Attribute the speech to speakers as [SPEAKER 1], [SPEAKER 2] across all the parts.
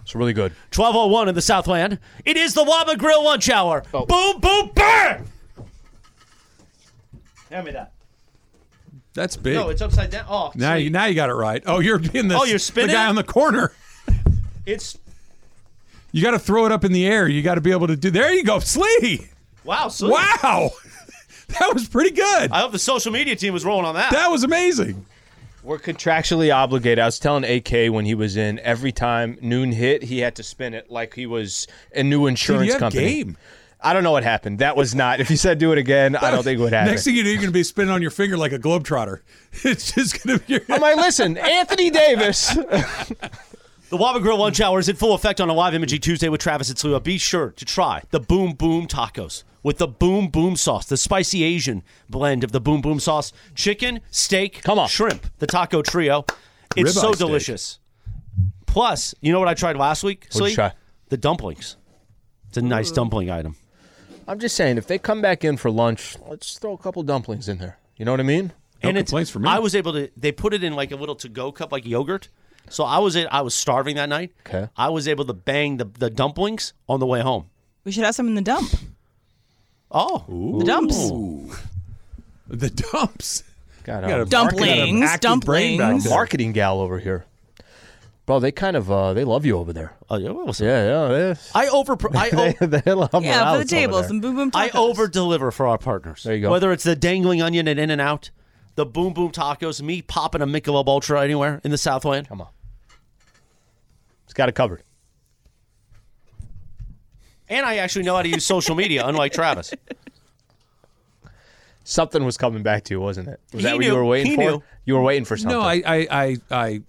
[SPEAKER 1] It's really good.
[SPEAKER 2] 1201 in the Southland. It is the Wama Grill lunch hour. Boom, boom, bang! Hand me that.
[SPEAKER 1] That's big.
[SPEAKER 2] No, it's upside down. Oh,
[SPEAKER 1] now you
[SPEAKER 2] see,
[SPEAKER 1] now you got it right. Oh, you're being the
[SPEAKER 2] Oh, you're
[SPEAKER 1] the
[SPEAKER 2] spinning?
[SPEAKER 1] guy on the corner.
[SPEAKER 2] it's
[SPEAKER 1] You got to throw it up in the air. You got to be able to do. There you go, Slee.
[SPEAKER 2] wow. So
[SPEAKER 1] Wow, that was pretty good.
[SPEAKER 2] I hope the social media team was rolling on that.
[SPEAKER 1] That was amazing.
[SPEAKER 3] We're contractually obligated. I was telling AK when he was in, every time noon hit, he had to spin it like he was a new
[SPEAKER 1] Dude,
[SPEAKER 3] insurance
[SPEAKER 1] you have
[SPEAKER 3] company.
[SPEAKER 1] game.
[SPEAKER 3] I don't know what happened. That was not. If he said do it again, I don't think it would happen.
[SPEAKER 1] Next thing you know, you're going to be spinning on your finger like a globetrotter. It's just going to be.
[SPEAKER 3] I'm like, listen, Anthony Davis.
[SPEAKER 2] The Waba Grill lunch hour is in full effect on a live imaging Tuesday with Travis and Slua. Be sure to try the Boom Boom tacos with the Boom Boom sauce, the spicy Asian blend of the Boom Boom sauce, chicken, steak,
[SPEAKER 3] Come on.
[SPEAKER 2] shrimp, the taco trio. It's
[SPEAKER 1] Ribeye
[SPEAKER 2] so
[SPEAKER 1] steak.
[SPEAKER 2] delicious. Plus, you know what I tried last week?
[SPEAKER 3] What'd you
[SPEAKER 2] Slee?
[SPEAKER 3] try?
[SPEAKER 2] The dumplings. It's a nice dumpling item.
[SPEAKER 3] I'm just saying, if they come back in for lunch, let's throw a couple dumplings in there. You know what I mean?
[SPEAKER 2] and it's
[SPEAKER 1] complaints from me.
[SPEAKER 2] I was able to. They put it in like a little to-go cup, like yogurt. So I was I was starving that night.
[SPEAKER 3] Okay.
[SPEAKER 2] I was able to bang the, the dumplings on the way home.
[SPEAKER 4] We should have some in the dump.
[SPEAKER 2] Oh,
[SPEAKER 4] The dumps.
[SPEAKER 1] the dumps.
[SPEAKER 3] God,
[SPEAKER 1] You got a
[SPEAKER 3] I'm
[SPEAKER 1] marketing-
[SPEAKER 4] Dumplings,
[SPEAKER 1] active brain back
[SPEAKER 4] dumplings.
[SPEAKER 1] there.
[SPEAKER 3] marketing gal over here. Bro, they kind of uh, they love you over there.
[SPEAKER 2] oh yeah, what was it?
[SPEAKER 3] Yeah, yeah.
[SPEAKER 2] I over I o-
[SPEAKER 3] They, they love
[SPEAKER 4] Yeah, for the
[SPEAKER 3] Morales over
[SPEAKER 4] tables
[SPEAKER 3] there.
[SPEAKER 4] and boom boom tacos.
[SPEAKER 2] I over deliver for our partners.
[SPEAKER 3] There you go.
[SPEAKER 2] Whether it's the dangling onion at In and Out, the Boom Boom Tacos, me popping a Michelob Ultra anywhere in the Southland.
[SPEAKER 3] Come on. It's got it covered.
[SPEAKER 2] And I actually know how to use social media, unlike Travis.
[SPEAKER 3] Something was coming back to you, wasn't it? Was
[SPEAKER 2] He
[SPEAKER 3] that what
[SPEAKER 2] knew.
[SPEAKER 3] you were waiting
[SPEAKER 2] He
[SPEAKER 3] for?
[SPEAKER 2] knew.
[SPEAKER 3] You were waiting for something.
[SPEAKER 1] No, I, I, I, I,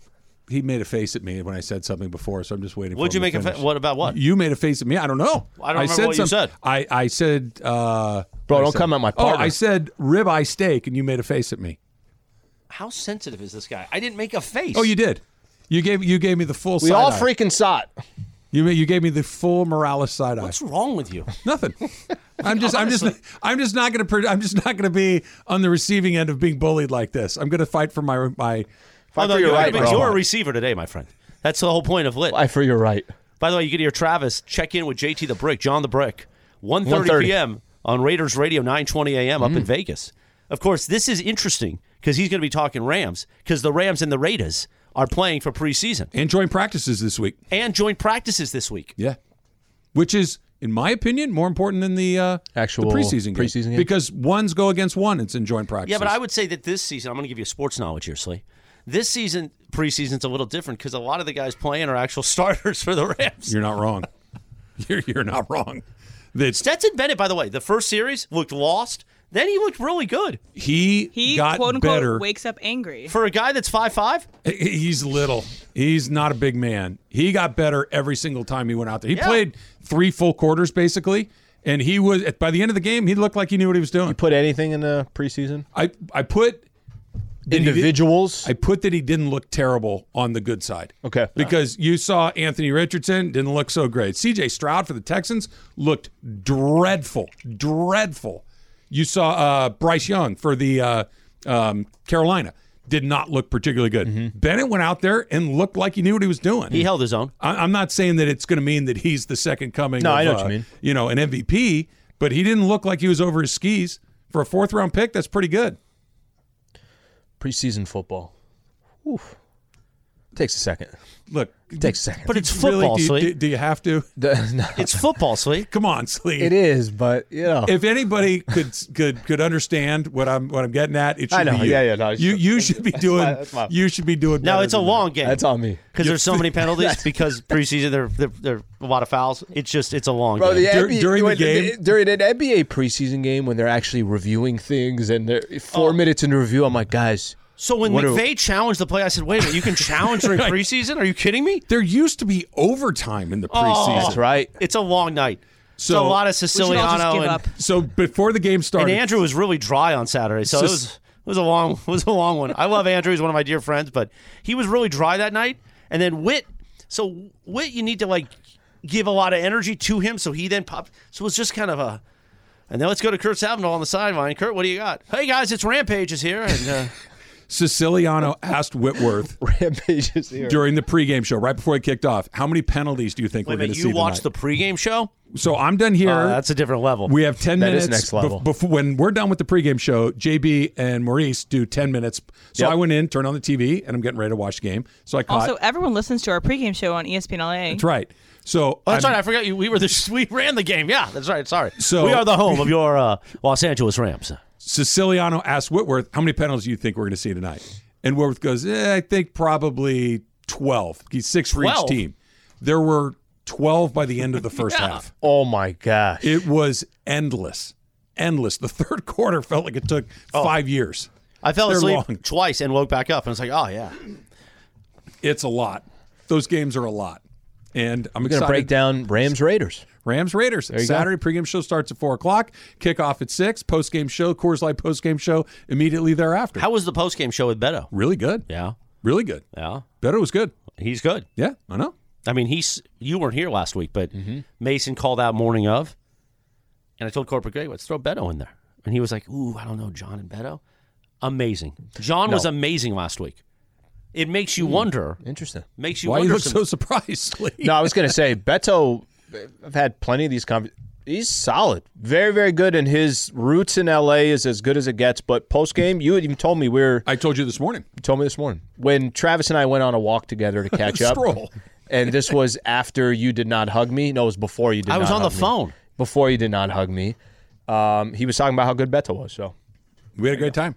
[SPEAKER 1] he made a face at me when I said something before, so I'm just waiting.
[SPEAKER 2] Would
[SPEAKER 1] for
[SPEAKER 2] you
[SPEAKER 1] him to
[SPEAKER 2] make a fa-
[SPEAKER 1] finish.
[SPEAKER 2] what about what?
[SPEAKER 1] You made a face at me. I don't know.
[SPEAKER 2] I don't remember what you said.
[SPEAKER 1] I, I said, uh,
[SPEAKER 3] Bro,
[SPEAKER 1] I
[SPEAKER 3] don't
[SPEAKER 1] said-
[SPEAKER 3] come at my
[SPEAKER 1] Oh,
[SPEAKER 3] partner.
[SPEAKER 1] I said ribeye steak, and you made a face at me.
[SPEAKER 2] How sensitive is this guy? I didn't make a face.
[SPEAKER 1] Oh, you did. You gave you gave me the full.
[SPEAKER 3] we
[SPEAKER 1] side
[SPEAKER 3] all
[SPEAKER 1] eye.
[SPEAKER 3] freaking saw it.
[SPEAKER 1] You ma- you gave me the full Morales side eye.
[SPEAKER 2] What's wrong with you?
[SPEAKER 1] Nothing. I'm just I'm just I'm just not gonna pr- I'm just not gonna be on the receiving end of being bullied like this. I'm gonna fight for my my.
[SPEAKER 3] Fight
[SPEAKER 2] Although
[SPEAKER 3] for your
[SPEAKER 2] you're,
[SPEAKER 3] right,
[SPEAKER 2] a, you're a
[SPEAKER 3] bro.
[SPEAKER 2] receiver today, my friend. That's the whole point of lit.
[SPEAKER 3] Fight for your right.
[SPEAKER 2] By the way, you can hear Travis check in with JT the Brick, John the Brick, 1.30
[SPEAKER 3] 1:30.
[SPEAKER 2] p.m. on Raiders Radio, 9.20 a.m. up in
[SPEAKER 3] Mm-hmm.
[SPEAKER 2] Vegas. Of course, this is interesting because he's going to be talking Rams because the Rams and the Raiders are playing for preseason
[SPEAKER 1] And joint practices this week.
[SPEAKER 2] and joint practices this week.
[SPEAKER 1] Yeah, which is, in my opinion, more important than the uh,
[SPEAKER 3] Actual
[SPEAKER 1] the preseason game.
[SPEAKER 3] preseason game?
[SPEAKER 1] because ones go against one. It's in joint practice.
[SPEAKER 2] Yeah, but I would say that this season, I'm going to give you sports knowledge here, Slee. This season, preseason's a little different because a lot of the guys playing are actual starters for the Rams.
[SPEAKER 1] You're not wrong. you're you're not wrong. That
[SPEAKER 2] Stetson Bennett, by the way, the first series looked lost. Then he looked really good.
[SPEAKER 1] he,
[SPEAKER 4] He
[SPEAKER 1] got
[SPEAKER 4] quote unquote
[SPEAKER 1] better.
[SPEAKER 4] wakes up angry.
[SPEAKER 2] For a guy that's 5'5",
[SPEAKER 1] He's little. He's not a big man. He got better every single time he went out there. He played three full quarters basically, and he was by the end of the game he looked like he knew what he was doing.
[SPEAKER 3] Put anything in the preseason?
[SPEAKER 1] I I put that he did-
[SPEAKER 3] Individuals?
[SPEAKER 1] I put that he didn't look terrible on the good side.
[SPEAKER 3] Okay.
[SPEAKER 1] Because you saw Anthony Richardson didn't look so great. CJ Stroud for the Texans looked dreadful, dreadful. You saw uh, Bryce Young for the uh, um, Carolina did not look particularly good. Bennett went out there and looked like he knew what he was doing.
[SPEAKER 2] Mm-hmm. he held his own.
[SPEAKER 1] I- I'm not saying that it's going to mean that he's the second coming.
[SPEAKER 3] No,
[SPEAKER 1] of,
[SPEAKER 3] I know what
[SPEAKER 1] uh,
[SPEAKER 3] you mean.
[SPEAKER 1] You know, an MVP, but he didn't look like he was over his skis for a fourth round pick. That's pretty good.
[SPEAKER 3] preseason football. Oof. Takes a second.
[SPEAKER 1] Look,
[SPEAKER 3] Takes a second.
[SPEAKER 2] But it's
[SPEAKER 1] really,
[SPEAKER 2] football,
[SPEAKER 1] do you-
[SPEAKER 2] Slee.
[SPEAKER 1] do, do you have to?
[SPEAKER 3] The- no,
[SPEAKER 2] It's football, Slee.
[SPEAKER 1] Come on, Slee.
[SPEAKER 3] it is, but you know.
[SPEAKER 1] If anybody could could could understand what I'm what I'm getting at, it should
[SPEAKER 3] I know.
[SPEAKER 1] be you.
[SPEAKER 3] Yeah, yeah, no, it's-
[SPEAKER 1] you you should be doing
[SPEAKER 3] my- that's my-
[SPEAKER 1] you should be doing.
[SPEAKER 2] Now
[SPEAKER 1] better
[SPEAKER 2] it's a
[SPEAKER 1] than
[SPEAKER 2] long game.
[SPEAKER 3] that's on me.
[SPEAKER 2] because there's so many penalties. Because preseason, there there there are a lot of fouls. It's just it's a long game.
[SPEAKER 1] Dur- NBA during the when- game-
[SPEAKER 3] during an NBA preseason game, when they're actually reviewing things and they're four minutes into review, I'm like, guys,
[SPEAKER 2] Oh. So when
[SPEAKER 3] What are-
[SPEAKER 2] McVay challenged the play, I said, "Wait a minute, you can challenge during preseason? Are you kidding me?" Oh.
[SPEAKER 1] There used to be overtime in the preseason.
[SPEAKER 3] That's right.
[SPEAKER 2] It's a long night. So,
[SPEAKER 1] So-
[SPEAKER 2] a lot of
[SPEAKER 4] We should all just
[SPEAKER 2] Siciliano
[SPEAKER 4] give
[SPEAKER 2] and,
[SPEAKER 4] up.
[SPEAKER 1] So before the game started,
[SPEAKER 2] and Andrew was really dry on Saturday. So it
[SPEAKER 1] Sis-
[SPEAKER 2] was it was a long it was a long one. I love Andrew; he's one of my dear friends, but he was really dry that night. And then Wit, so Wit, you need to like give a lot of energy to him, so he then popped. So it was just kind of a. And then let's go to Kurt Savinol on the sideline. Kurt, what do you got? Hey guys, it's Rampage is here, and uh,
[SPEAKER 1] Siciliano asked Whitworth
[SPEAKER 3] Rampage is here.
[SPEAKER 1] during the pregame show, right before it kicked off, how many penalties do you think
[SPEAKER 2] wait a
[SPEAKER 1] we're going
[SPEAKER 2] minute,
[SPEAKER 1] to see?
[SPEAKER 2] you watched the
[SPEAKER 1] tonight?
[SPEAKER 2] pregame show?
[SPEAKER 1] So I'm done here.
[SPEAKER 2] Uh, that's a different level.
[SPEAKER 1] we have 10
[SPEAKER 3] That
[SPEAKER 1] minutes.
[SPEAKER 3] is next level.
[SPEAKER 1] before, when we're done with the pregame show, JB and Maurice do 10 minutes. So
[SPEAKER 3] Yep.
[SPEAKER 1] I went in, turned on the TV, and I'm getting ready to watch the game. So I caught.
[SPEAKER 4] Also, everyone listens to our pregame show on E ESPN LA.
[SPEAKER 1] that's right. So
[SPEAKER 2] Oh, that's
[SPEAKER 1] I'm-
[SPEAKER 2] right. I forgot you. We were the we ran the game. Yeah, that's right. Sorry.
[SPEAKER 1] So-
[SPEAKER 2] we are the home of your uh, Los Angeles Rams.
[SPEAKER 1] Siciliano asked Whitworth, "How many penalties do you think we're going to see tonight?" And Whitworth goes, eh, "I think probably 12. He's six for
[SPEAKER 2] 12?
[SPEAKER 1] each team. There were 12 by the end of the first half.
[SPEAKER 3] Oh my gosh.
[SPEAKER 1] It was endless, endless. The third quarter felt like it took five years.
[SPEAKER 2] Oh. I fell
[SPEAKER 1] They're
[SPEAKER 2] asleep
[SPEAKER 1] long.
[SPEAKER 2] twice and woke back up and was like, oh yeah.
[SPEAKER 1] It's a lot. Those games are a lot." And I'm
[SPEAKER 3] We're
[SPEAKER 1] going
[SPEAKER 3] gonna
[SPEAKER 1] to
[SPEAKER 3] break down Rams Raiders.
[SPEAKER 1] Rams Raiders.
[SPEAKER 3] you go.
[SPEAKER 1] Saturday pregame show starts at four o'clock. Kickoff at six. Postgame show, Coors Light postgame show immediately thereafter.
[SPEAKER 2] How was the post game show with Beto?
[SPEAKER 1] really good.
[SPEAKER 2] Yeah,
[SPEAKER 1] Really good.
[SPEAKER 2] yeah,
[SPEAKER 1] Better was good.
[SPEAKER 2] he's good.
[SPEAKER 1] Yeah, I know. Mm-hmm.
[SPEAKER 2] I mean, he's you weren't here last week, but Mason called out morning of, and I told corporate Greg, let's throw Beto in there, and he was like, ooh, I don't know, John and Beto, amazing. John was amazing last week. It makes you wonder.
[SPEAKER 3] Interesting.
[SPEAKER 2] Makes you
[SPEAKER 1] Hmm. Why you
[SPEAKER 2] wonder.
[SPEAKER 1] look
[SPEAKER 2] some-
[SPEAKER 1] so surprised? Lee?
[SPEAKER 3] No, I was going to say Beto. I've had plenty of these conversations. He's solid, very, very good, and his roots in LA is as good as it gets. But post game, you had even told me we were
[SPEAKER 1] I told you this morning.
[SPEAKER 3] you told me this morning when Travis and I went on a walk together to catch up.
[SPEAKER 1] Stroll.
[SPEAKER 3] And this was after you did not hug me. No, it was before you did.
[SPEAKER 2] I was
[SPEAKER 3] not
[SPEAKER 2] on the
[SPEAKER 3] hug me.
[SPEAKER 2] phone.
[SPEAKER 3] before you did not hug me. Um, he was talking about how good Beto was. So
[SPEAKER 1] We had a great time.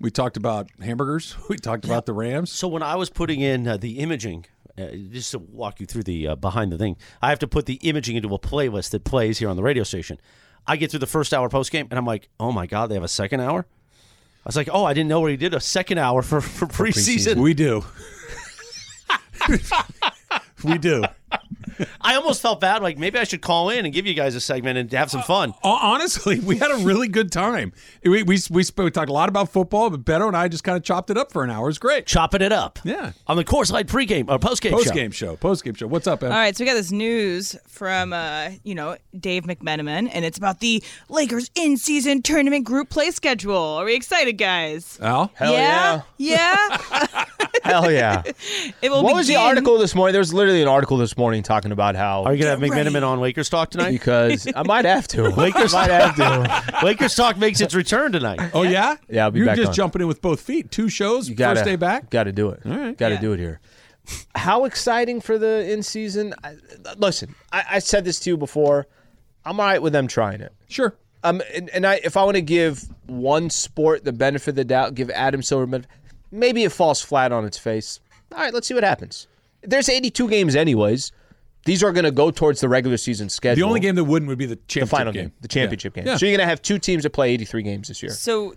[SPEAKER 1] We talked about hamburgers. We talked about the Rams.
[SPEAKER 2] So when I was putting in uh, the imaging, uh, just to walk you through the uh, behind the thing, I have to put the imaging into a playlist that plays here on the radio station. I get through the first hour post game, and I'm like, oh my god, they have a second hour. I was like, oh, I didn't know already did a second hour for, for preseason.
[SPEAKER 1] We do. we do.
[SPEAKER 2] I almost felt bad, like maybe I should call in and give you guys a segment and have some fun.
[SPEAKER 1] Hon- Uh, Honestly, we had a really good time. We we we, spoke, we talked a lot about football, but Beto and I just kind of chopped it up for an hour. It was great.
[SPEAKER 2] Chopping it up,
[SPEAKER 1] Yeah.
[SPEAKER 2] On the course light pregame or postgame show.
[SPEAKER 1] Post game show. Post game show. What's up, Em?
[SPEAKER 4] All right, so we got this news from uh, you know Dave McMenamin, and it's about the Lakers in-season tournament group play schedule. Are we excited, guys?
[SPEAKER 1] Al?
[SPEAKER 3] hell yeah,
[SPEAKER 4] yeah.
[SPEAKER 3] hell yeah.
[SPEAKER 4] It will
[SPEAKER 3] what was the
[SPEAKER 4] begin-
[SPEAKER 3] article this morning? There was literally an article this morning talking about how
[SPEAKER 2] Are you gonna have
[SPEAKER 4] Get
[SPEAKER 2] McMenamin
[SPEAKER 4] right.
[SPEAKER 2] on Lakers talk tonight?
[SPEAKER 3] because I might have to.
[SPEAKER 2] Lakers-
[SPEAKER 3] might have to.
[SPEAKER 2] Lakers talk makes its return tonight.
[SPEAKER 1] Oh yeah.
[SPEAKER 3] Yeah, I'll be
[SPEAKER 1] You're
[SPEAKER 3] back
[SPEAKER 1] just
[SPEAKER 3] on.
[SPEAKER 1] jumping in with both feet. Two shows.
[SPEAKER 3] You gotta,
[SPEAKER 1] first day back.
[SPEAKER 3] Got to do it. Got to
[SPEAKER 4] Yeah.
[SPEAKER 3] do it here. How exciting for the in season? I, listen, I, I said this to you before. I'm all right with them trying it.
[SPEAKER 1] Sure.
[SPEAKER 3] Um, and, and I, if I want to give one sport the benefit of the doubt, give Adam Silverman, maybe it falls flat on its face. All right, let's see what happens. There's 82 games, anyways. These are going to go towards the regular season schedule.
[SPEAKER 1] The only game that wouldn't would be the championship
[SPEAKER 3] final game, the championship game. So you're going to have two teams that play 83 games this year.
[SPEAKER 4] So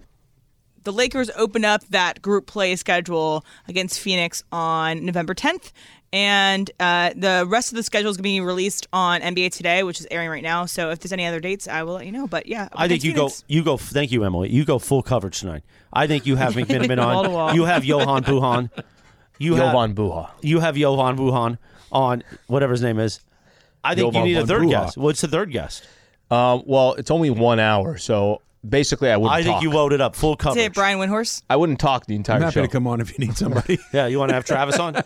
[SPEAKER 4] the Lakers open up that group play schedule against Phoenix on November 10th. And uh, the rest of the schedule is going to be released on NBA Today, which is airing right now. So if there's any other dates, I will let you know. But yeah,
[SPEAKER 2] I think
[SPEAKER 4] against
[SPEAKER 2] you go.
[SPEAKER 4] Phoenix.
[SPEAKER 2] You go. Thank you, Emily. You go full coverage tonight. I think you have McMiniman
[SPEAKER 4] Wall to
[SPEAKER 2] on.
[SPEAKER 4] wall.
[SPEAKER 2] You have Johan Buhan. You
[SPEAKER 3] Jovan
[SPEAKER 2] have
[SPEAKER 3] Buha.
[SPEAKER 2] you have Johan Buhan on whatever his name is. I think
[SPEAKER 1] Jovan
[SPEAKER 2] you need a
[SPEAKER 1] von
[SPEAKER 2] third
[SPEAKER 1] Buha.
[SPEAKER 2] guest. What's the third guest?
[SPEAKER 3] Um, well, it's only one hour, so basically, I wouldn't.
[SPEAKER 2] I think
[SPEAKER 3] talk.
[SPEAKER 2] you loaded up full
[SPEAKER 4] Say
[SPEAKER 2] coverage.
[SPEAKER 4] it, Brian Windhorse.
[SPEAKER 3] I wouldn't talk the entire
[SPEAKER 1] I'm happy
[SPEAKER 3] show.
[SPEAKER 1] to come on if you need somebody.
[SPEAKER 2] Yeah, you want to have Travis on?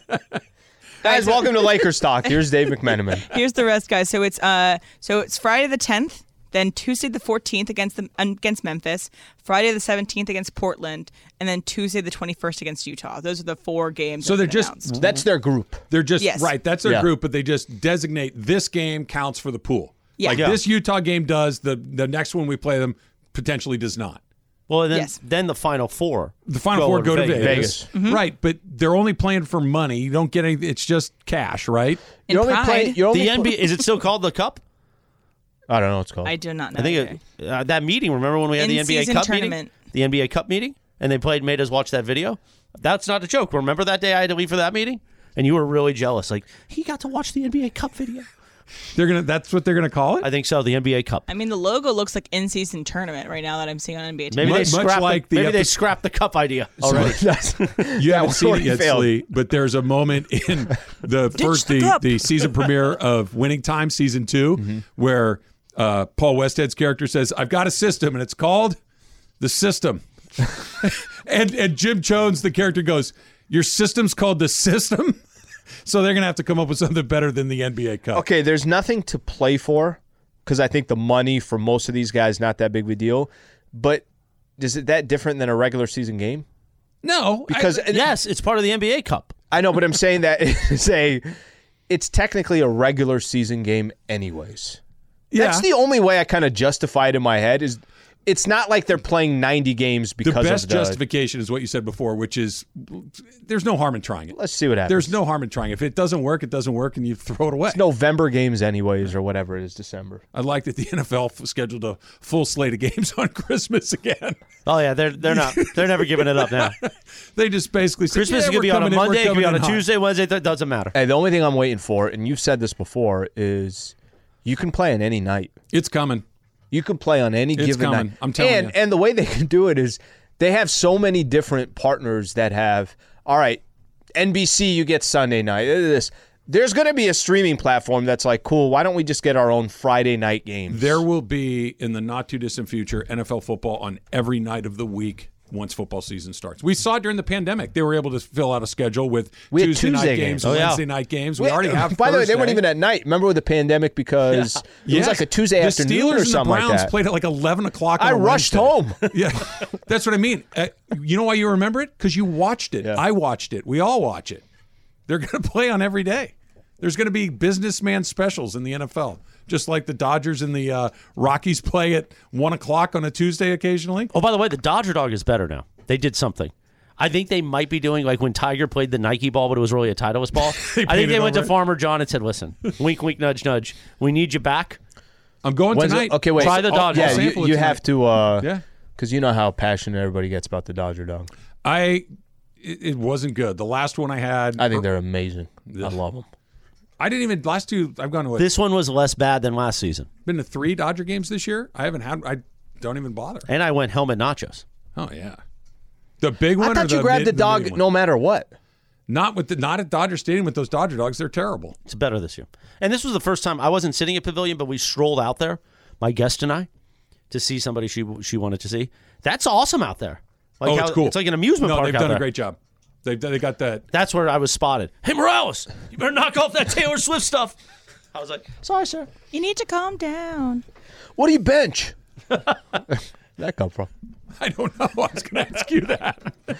[SPEAKER 3] Guys, welcome to Lakers Talk. Here's Dave McMenamin.
[SPEAKER 4] Here's the rest, guys. So it's uh, so it's Friday the 10th, then Tuesday the 14th against the against Memphis, Friday the 17th against Portland, and then Tuesday the 21st against Utah. Those are the four games.
[SPEAKER 1] So
[SPEAKER 4] that
[SPEAKER 1] they're
[SPEAKER 4] have been
[SPEAKER 1] just
[SPEAKER 4] announced.
[SPEAKER 3] That's their group.
[SPEAKER 1] They're just
[SPEAKER 4] Yes.
[SPEAKER 1] right. That's their
[SPEAKER 3] Yeah.
[SPEAKER 1] group, but they just designate this game counts for the pool.
[SPEAKER 4] Yeah.
[SPEAKER 1] Like
[SPEAKER 4] Yeah.
[SPEAKER 1] this Utah game does. The the next one we play them potentially does not.
[SPEAKER 2] Well, then
[SPEAKER 4] Yes.
[SPEAKER 2] then the final four.
[SPEAKER 1] The final four
[SPEAKER 2] in
[SPEAKER 1] go to
[SPEAKER 2] Vegas.
[SPEAKER 1] Vegas,
[SPEAKER 4] Mm-hmm.
[SPEAKER 1] right? But they're only playing for money. You don't get any. It's just cash, right?
[SPEAKER 4] And
[SPEAKER 3] you're only
[SPEAKER 4] Pride-
[SPEAKER 3] playing. You're only
[SPEAKER 2] The
[SPEAKER 3] pl-
[SPEAKER 2] NBA is it still called the Cup?
[SPEAKER 3] I don't know what it's called.
[SPEAKER 4] I do not know.
[SPEAKER 2] I think
[SPEAKER 4] either.
[SPEAKER 2] it, uh, that meeting. Remember when we had the NBA
[SPEAKER 4] In-season
[SPEAKER 2] Cup
[SPEAKER 4] tournament.
[SPEAKER 2] meeting? The NBA Cup meeting. and they played made us watch that video. That's not a joke. Remember that day I had to leave for that meeting, and you were really jealous. Like he got to watch the NBA Cup video.
[SPEAKER 1] They're gonna. That's what they're gonna call it.
[SPEAKER 2] I think so. The NBA Cup.
[SPEAKER 4] I mean, the logo looks like in-season tournament right now that I'm seeing on NBA.
[SPEAKER 2] Maybe
[SPEAKER 4] TV.
[SPEAKER 2] they
[SPEAKER 1] Much- much
[SPEAKER 2] scrapped.
[SPEAKER 1] like
[SPEAKER 2] the,
[SPEAKER 1] the
[SPEAKER 2] maybe they
[SPEAKER 1] epi-
[SPEAKER 2] scrapped the cup idea already.
[SPEAKER 1] You haven't seen it
[SPEAKER 3] already
[SPEAKER 1] yet,
[SPEAKER 3] failed.
[SPEAKER 1] Slee, but there's a moment in the first
[SPEAKER 4] the
[SPEAKER 1] the,
[SPEAKER 4] cup.
[SPEAKER 1] the season premiere of Winning Time season 2
[SPEAKER 3] Mm-hmm.
[SPEAKER 1] where uh, Paul Westhead's character says, "I've got a system, and it's called the system," and and Jim Jones, the character, goes, "Your system's called the system." So they're gonna have to come up with something better than the NBA Cup.
[SPEAKER 3] Okay, there's nothing to play for because I think the money for most of these guys not that big of a deal. But is it that different than a regular season game?
[SPEAKER 1] No, I-
[SPEAKER 3] Because
[SPEAKER 2] yes, it's part of the NBA Cup.
[SPEAKER 3] I know, but I'm saying that it's a, it's technically a regular season game, anyways.
[SPEAKER 1] yeah.
[SPEAKER 3] That's the only way I kind of justify it in my head is, it's not like they're playing 90 games
[SPEAKER 1] the
[SPEAKER 3] because
[SPEAKER 1] best
[SPEAKER 3] of the.
[SPEAKER 1] justification is what you said before, which is there's no harm in trying it.
[SPEAKER 3] let's see what happens.
[SPEAKER 1] There's no harm in trying. If it doesn't work, it doesn't work, and you throw it away.
[SPEAKER 3] November games, anyways, or whatever it is, December.
[SPEAKER 1] I like that the NFL f- scheduled a full slate of games on Christmas again.
[SPEAKER 2] Oh yeah, they're they're not they're never giving it up now.
[SPEAKER 1] They just basically said,
[SPEAKER 2] Christmas is
[SPEAKER 1] yeah,
[SPEAKER 2] gonna
[SPEAKER 1] we're
[SPEAKER 2] be on a
[SPEAKER 1] coming in, we're
[SPEAKER 2] Monday, it could be
[SPEAKER 1] coming
[SPEAKER 2] on a
[SPEAKER 1] in hot.
[SPEAKER 2] Tuesday, Wednesday. That doesn't matter.
[SPEAKER 3] Hey, the only thing I'm waiting for, and you've said this before, is you can play on any night.
[SPEAKER 1] It's coming.
[SPEAKER 3] You can play on any given
[SPEAKER 1] coming.
[SPEAKER 3] night.
[SPEAKER 1] I'm telling
[SPEAKER 3] and,
[SPEAKER 1] you.
[SPEAKER 3] And the way they can do it is they have so many different partners that have, all right, NBC, you get Sunday night. uh, This. There's going to be a streaming platform that's like, cool, why don't we just get our own Friday night games?
[SPEAKER 1] There will be in the not too distant future NFL football on every night of the week once football season starts. We saw it during the pandemic. They were able to fill out a schedule with
[SPEAKER 3] We had
[SPEAKER 1] Tuesday, night
[SPEAKER 3] Tuesday
[SPEAKER 1] games,
[SPEAKER 3] games.
[SPEAKER 1] and
[SPEAKER 2] Oh, yeah.
[SPEAKER 1] Wednesday night games. We already have.
[SPEAKER 3] By the way, they weren't
[SPEAKER 1] Thursday.
[SPEAKER 3] even at night. Remember with the pandemic because it was
[SPEAKER 1] Yes.
[SPEAKER 3] like a Tuesday
[SPEAKER 1] the
[SPEAKER 3] afternoon
[SPEAKER 1] Steelers
[SPEAKER 3] or something
[SPEAKER 1] and the Browns
[SPEAKER 3] like that.
[SPEAKER 1] played at like 11 o'clock. on
[SPEAKER 3] I
[SPEAKER 1] a
[SPEAKER 3] rushed
[SPEAKER 1] Wednesday.
[SPEAKER 3] home.
[SPEAKER 1] yeah, that's what I mean. Uh, you know why you remember it? Because you watched it. I watched it. We all watch it. They're going to play on every day. There's going to be businessman specials in the NFL, just like the Dodgers and the uh, Rockies play at one o'clock on a Tuesday occasionally.
[SPEAKER 2] Oh, by the way, the Dodger dog is better now. They did something. I think they might be doing like when Tiger played the Nike ball, but it was really a Titleist ball. I think
[SPEAKER 1] painted
[SPEAKER 2] they went to
[SPEAKER 1] over it.
[SPEAKER 2] Farmer John and said, "Listen, wink, wink, nudge, nudge. We need you back."
[SPEAKER 1] I'm going
[SPEAKER 3] When's it-
[SPEAKER 1] tonight.
[SPEAKER 3] okay, wait.
[SPEAKER 2] Try the
[SPEAKER 3] Oh,
[SPEAKER 2] Dodgers.
[SPEAKER 3] Yeah,
[SPEAKER 1] Sample
[SPEAKER 3] you,
[SPEAKER 1] it
[SPEAKER 3] you
[SPEAKER 1] tonight.
[SPEAKER 3] have to. Uh,
[SPEAKER 1] Yeah.
[SPEAKER 3] Because you know how passionate everybody gets about the Dodger dog.
[SPEAKER 1] I. It it wasn't good. The last one I had,
[SPEAKER 3] I think they're amazing. I love them.
[SPEAKER 1] I didn't even. Last two, I've gone to. What,
[SPEAKER 2] This one was less bad than last season,
[SPEAKER 1] been to three Dodger games this year. I haven't had. I don't even bother.
[SPEAKER 2] and I went helmet nachos.
[SPEAKER 1] Oh yeah, the big one.
[SPEAKER 3] I
[SPEAKER 1] or
[SPEAKER 3] thought you
[SPEAKER 1] the
[SPEAKER 3] grabbed
[SPEAKER 1] mid-
[SPEAKER 3] the dog
[SPEAKER 1] medium one?
[SPEAKER 3] no matter what.
[SPEAKER 1] Not with the not at Dodger Stadium with those Dodger dogs. They're terrible.
[SPEAKER 2] It's better this year. And this was the first time I wasn't sitting at Pavilion, but we strolled out there, my guest and I, to see somebody she she wanted to see. That's awesome out there. Like
[SPEAKER 1] oh,
[SPEAKER 2] how-
[SPEAKER 1] it's cool.
[SPEAKER 2] It's like an amusement
[SPEAKER 1] no,
[SPEAKER 2] park.
[SPEAKER 1] they've
[SPEAKER 2] out
[SPEAKER 1] done
[SPEAKER 2] there.
[SPEAKER 1] a great job. They've they got that.
[SPEAKER 2] That's where I was spotted. Hey Morales, you better knock off that Taylor Swift stuff. I was like, sorry, sir.
[SPEAKER 4] You need to calm down.
[SPEAKER 3] What do you bench? Where'd that come from?
[SPEAKER 1] I don't know. Oh, I was going to ask you that.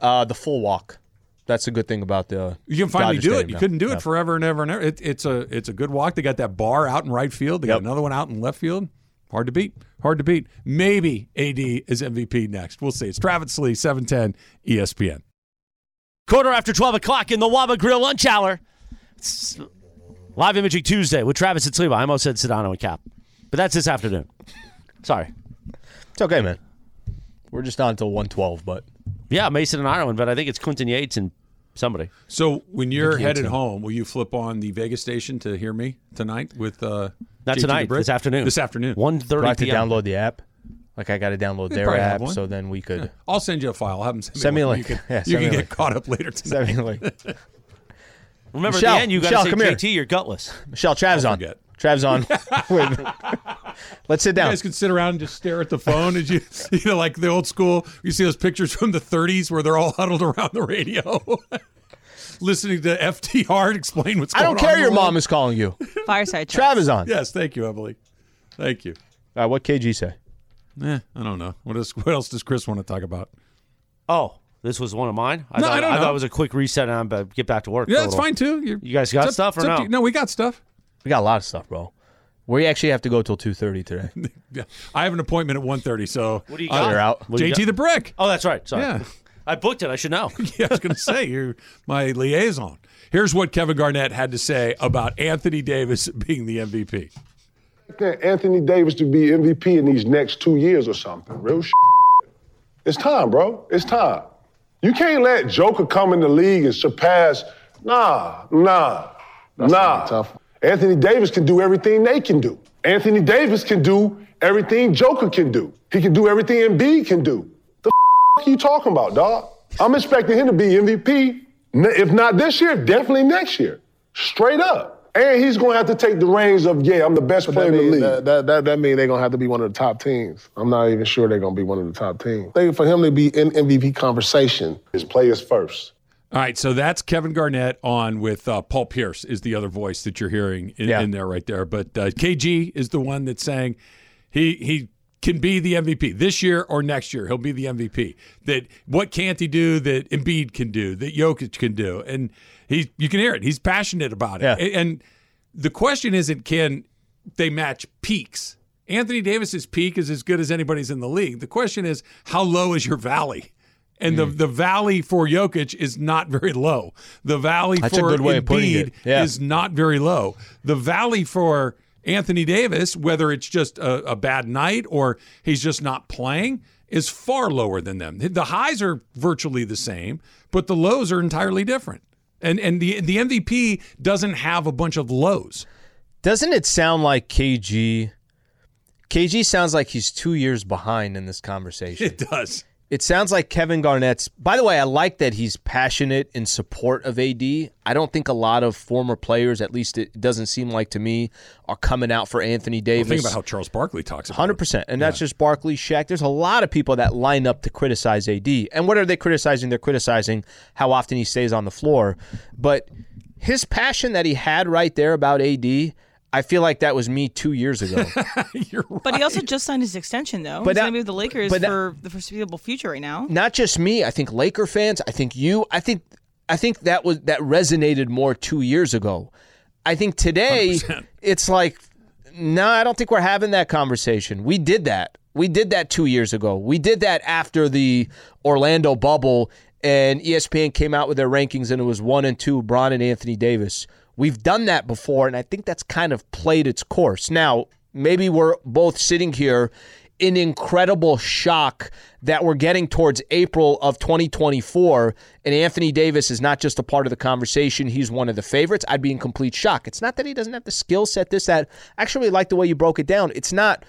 [SPEAKER 3] Uh, the full walk. That's a good thing about the.
[SPEAKER 1] You can finally
[SPEAKER 3] Dodger
[SPEAKER 1] do it.
[SPEAKER 3] Stadium
[SPEAKER 1] You
[SPEAKER 3] now.
[SPEAKER 1] couldn't do it forever and ever and ever. It, it's a it's a good walk. They got that bar out in right field. They
[SPEAKER 3] Yep.
[SPEAKER 1] got another one out in left field. Hard to beat. Hard to beat. Maybe AD is MVP next. We'll see. It's Travis Lee, seven ten, E ESPN.
[SPEAKER 2] Quarter after 12 o'clock in the Waba Grill Lunch Hour. It's Live Imaging Tuesday with Travis and Sliva. I almost said Sedano and Cap, but that's this afternoon. Sorry.
[SPEAKER 3] It's okay, man. We're just not until 112, but
[SPEAKER 2] Yeah, Mason and Ireland, but I think it's Clinton Yates and somebody.
[SPEAKER 1] So when you're headed home, will you flip on the Vegas station to hear me tonight with uh
[SPEAKER 2] Not
[SPEAKER 1] JT
[SPEAKER 2] tonight,
[SPEAKER 1] DeBritt?
[SPEAKER 2] this afternoon.
[SPEAKER 1] This afternoon.
[SPEAKER 2] 1.30
[SPEAKER 3] do I have to
[SPEAKER 2] p.m.
[SPEAKER 3] download the app? Like I got to download their
[SPEAKER 1] probably have
[SPEAKER 3] app,
[SPEAKER 1] one.
[SPEAKER 3] so then we could.
[SPEAKER 1] I'll send you a file. Have them send,
[SPEAKER 3] Send
[SPEAKER 1] me
[SPEAKER 3] me a
[SPEAKER 1] one.
[SPEAKER 3] link.
[SPEAKER 1] You can,
[SPEAKER 3] Yeah,
[SPEAKER 1] you
[SPEAKER 3] send
[SPEAKER 1] can
[SPEAKER 3] me a
[SPEAKER 1] get
[SPEAKER 3] link.
[SPEAKER 1] caught up later tonight.
[SPEAKER 3] Does that mean, like-
[SPEAKER 2] Remember at
[SPEAKER 3] Michelle,
[SPEAKER 2] the end, you got
[SPEAKER 3] Michelle,
[SPEAKER 2] to say
[SPEAKER 3] come here.
[SPEAKER 2] JT, you're gutless.
[SPEAKER 3] Michelle, Trav's on.
[SPEAKER 1] forget.
[SPEAKER 3] Trav's on. Wait. Let's sit
[SPEAKER 1] You
[SPEAKER 3] down.
[SPEAKER 1] guys could sit around and just stare at the phone as you, you know, like the old school. You see those pictures from the 30s where they're all huddled around the radio, listening to FTR explain what's
[SPEAKER 3] I
[SPEAKER 1] going on.
[SPEAKER 3] don't care.
[SPEAKER 1] in the
[SPEAKER 3] Your
[SPEAKER 1] world.
[SPEAKER 3] mom is calling you.
[SPEAKER 4] Fireside chat.
[SPEAKER 3] Trav is on.
[SPEAKER 1] Yes, thank you, Emily. Thank you.
[SPEAKER 3] All right, what KG say?
[SPEAKER 1] Eh, I don't know. What, is, what else does Chris want to talk about?
[SPEAKER 2] Oh, this was one of mine? I,
[SPEAKER 1] No,
[SPEAKER 2] thought,
[SPEAKER 1] I don't
[SPEAKER 2] thought
[SPEAKER 1] know.
[SPEAKER 2] it was a quick reset and I'm get back to work.
[SPEAKER 1] Yeah,
[SPEAKER 2] for a
[SPEAKER 1] that's
[SPEAKER 2] little-
[SPEAKER 1] fine too. You're,
[SPEAKER 2] You guys got
[SPEAKER 1] it's
[SPEAKER 2] stuff or
[SPEAKER 1] it's up to
[SPEAKER 2] no?
[SPEAKER 1] you. No, we got stuff.
[SPEAKER 3] We got a lot of stuff, bro. We actually have to go till 2:30 today.
[SPEAKER 1] Yeah. I have an appointment at 1.30, so what
[SPEAKER 2] do you
[SPEAKER 3] They're
[SPEAKER 2] got?
[SPEAKER 3] out.
[SPEAKER 2] What do you
[SPEAKER 1] JT the Brick.
[SPEAKER 2] Oh, that's right. Sorry.
[SPEAKER 1] Yeah.
[SPEAKER 2] I booked it. I should know.
[SPEAKER 1] yeah, I was going to say you're my liaison. Here's what Kevin Garnett had to say about Anthony Davis being the MVP.
[SPEAKER 5] Anthony Davis to be MVP in these next two years or something. Real shit. It's time, bro. It's time. You can't let Joker come in the league and surpass. Nah, nah, nah.
[SPEAKER 6] tough.
[SPEAKER 5] Anthony Davis can do everything they can do. Anthony Davis can do everything Joker can do. He can do everything Embiid can do. The f- you talking about, dog? I'm expecting him to be MVP. n- If not this year, definitely next year. Straight up. And he's gonna have to take the reins of, yeah, I'm the best
[SPEAKER 6] But
[SPEAKER 5] player
[SPEAKER 6] that
[SPEAKER 5] in the
[SPEAKER 6] mean,
[SPEAKER 5] league.
[SPEAKER 6] that, that, that, that mean they're gonna have to be one of the top teams. I'm not even sure they're gonna be one of the top teams. They, for him to be in MVP conversation,
[SPEAKER 5] His players first.
[SPEAKER 1] All right, so that's Kevin Garnett on with uh, Paul Pierce is the other voice that you're hearing in, in there right there. But uh, KG is the one that's saying he he can be the MVP this year or next year. He'll be the MVP. That what can't he do that Embiid can do that Jokic can do, and he you can hear it. He's passionate about it.
[SPEAKER 2] Yeah.
[SPEAKER 1] A- And the question isn't can they match peaks. Anthony Davis's peak is as good as anybody's in the league. The question is how low is your valley? And the,
[SPEAKER 3] Mm.
[SPEAKER 1] the valley for Jokic is not very low. The valley
[SPEAKER 3] That's a
[SPEAKER 1] for
[SPEAKER 3] good way of putting
[SPEAKER 1] Embiid
[SPEAKER 3] it. Yeah.
[SPEAKER 1] is not very low. The valley for Anthony Davis, whether it's just a, a bad night or he's just not playing, is far lower than them. The highs are virtually the same, but the lows are entirely different. And and the the MVP doesn't have a bunch of lows.
[SPEAKER 3] Doesn't it sound like KG? KG sounds like he's two years behind in this conversation.
[SPEAKER 1] It does.
[SPEAKER 3] It sounds like Kevin Garnett's. By the way, I like that he's passionate in support of AD. I don't think a lot of former players, at least it doesn't seem like to me, are coming out for Anthony Davis.
[SPEAKER 1] Think about how Charles Barkley talks about it.
[SPEAKER 3] Hundred percent, and that's just Barkley, Shaq. There's a lot of people that line up to criticize AD, and what are they criticizing? They're criticizing how often he stays on the floor, but his passion that he had right there about AD, I feel like that was me two years ago.
[SPEAKER 1] You're right.
[SPEAKER 4] But he also just signed his extension, though. He's
[SPEAKER 3] But that-
[SPEAKER 4] going to be with the Lakers
[SPEAKER 3] but that-
[SPEAKER 4] for the foreseeable future right now.
[SPEAKER 3] Not just me. I think Laker fans. I think you. I think I think that was that resonated more two years ago. I think today
[SPEAKER 1] 100%.
[SPEAKER 3] it's like, no, I don't think we're having that conversation. We did that. We did that two years ago. We did that after the Orlando bubble, and E ESPN came out with their rankings, and it was one and two, Bron and Anthony Davis. We've done that before, and I think that's kind of played its course. Now, maybe we're both sitting here in incredible shock that we're getting towards April of 2024 and Anthony Davis is not just a part of the conversation, he's one of the favorites. I'd be in complete shock. It's not that he doesn't have the skill set this that. I actually really like the way you broke it down. It's not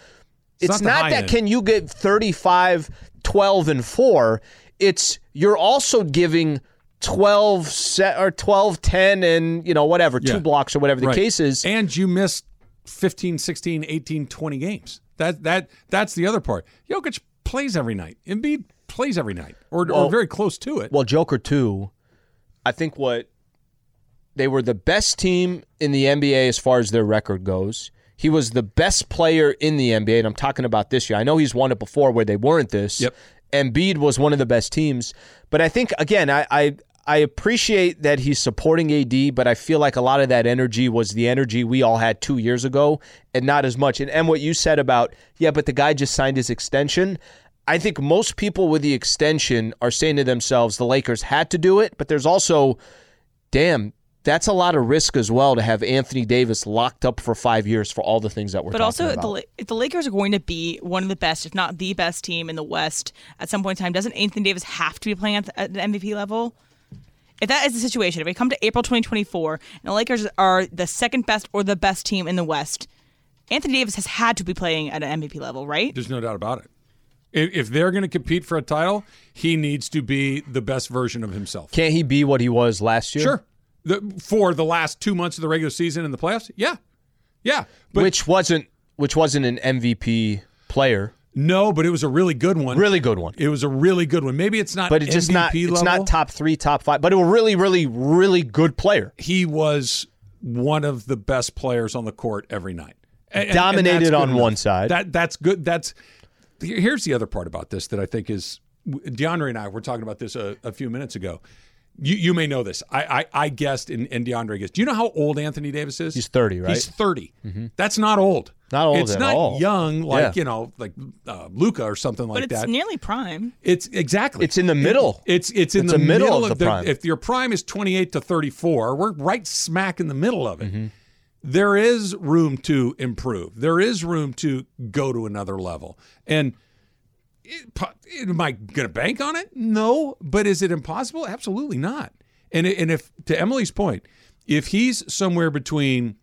[SPEAKER 3] it's,
[SPEAKER 1] not the
[SPEAKER 3] not,
[SPEAKER 1] high
[SPEAKER 3] that
[SPEAKER 1] end.
[SPEAKER 3] can you get 35 12 and 4. It's you're also giving 12 set or 12 10 and you know whatever
[SPEAKER 1] Yeah.
[SPEAKER 3] two blocks or whatever the
[SPEAKER 1] Right.
[SPEAKER 3] case is.
[SPEAKER 1] And you missed 15, 16, 18, 20 games. That that that's the other part. Jokic plays every night. Embiid plays every night or, or very close to it.
[SPEAKER 3] well joker 2 i think what they were the best team in the nba as far as their record goes he was the best player in the nba and i'm talking about this year i know he's won it before where they weren't this
[SPEAKER 1] Yep.
[SPEAKER 3] Embiid was one of the best teams but i think again i, I I appreciate that he's supporting AD, but I feel like a lot of that energy was the energy we all had two years ago and not as much. And, and what you said about, yeah, but the guy just signed his extension. I think most people with the extension are saying to themselves, the Lakers had to do it, but there's also, damn, that's a lot of risk as well to have Anthony Davis locked up for five years for all the things that we're
[SPEAKER 4] But
[SPEAKER 3] talking
[SPEAKER 4] also, if
[SPEAKER 3] about.
[SPEAKER 4] the, La- if the Lakers are going to be one of the best, if not the best team in the West at some point in time, doesn't Anthony Davis have to be playing at the, at the MVP level? If that is the situation, if we come to April 2024 and the Lakers are the second best or the best team in the West, Anthony Davis has had to be playing at an MVP level, right?
[SPEAKER 1] There's no doubt about it. If, if they're going to compete for a title, he needs to be the best version of himself.
[SPEAKER 3] Can't he be what he was last year?
[SPEAKER 1] Sure. The, for the last two months of the regular season and the playoffs, yeah, yeah. But
[SPEAKER 3] which wasn't which wasn't an MVP player.
[SPEAKER 1] no, but it was a really good one.
[SPEAKER 3] Really good one.
[SPEAKER 1] it was a really good one. Maybe it's not,
[SPEAKER 3] But it's just not
[SPEAKER 1] MVP
[SPEAKER 3] it's
[SPEAKER 1] level.
[SPEAKER 3] not top three, top five, but a really, really, really good player.
[SPEAKER 1] he was one of the best players on the court every night. A- and-
[SPEAKER 3] Dominated
[SPEAKER 1] that's good
[SPEAKER 3] on one side.
[SPEAKER 1] That that's good. That's here- here's the other part about this that I think is DeAndre and I were talking about this a, a few minutes ago. You, you may know this. I I, I guessed and, and DeAndre guessed. Do you know how old Anthony Davis is?
[SPEAKER 3] He's 30, right?
[SPEAKER 1] He's 30.
[SPEAKER 3] Mm-hmm.
[SPEAKER 1] That's not old.
[SPEAKER 3] Not old
[SPEAKER 1] It's
[SPEAKER 3] at
[SPEAKER 1] not
[SPEAKER 3] all.
[SPEAKER 1] young like
[SPEAKER 3] Yeah.
[SPEAKER 1] you know like uh, Luca or something
[SPEAKER 4] but
[SPEAKER 1] like
[SPEAKER 4] it's
[SPEAKER 1] that.
[SPEAKER 4] nearly prime.
[SPEAKER 1] It's exactly.
[SPEAKER 3] It's in the middle.
[SPEAKER 1] It's it's in
[SPEAKER 3] It's
[SPEAKER 1] the
[SPEAKER 3] the middle of the prime.
[SPEAKER 1] If your prime is 28 to 34, we're right smack in the middle of
[SPEAKER 3] Mm-hmm.
[SPEAKER 1] it. There is room to improve. There is room to go to another level. And it, po- am I going to bank on it? No. But is it impossible? Absolutely not. And i- and if to Emily's point, if he's somewhere between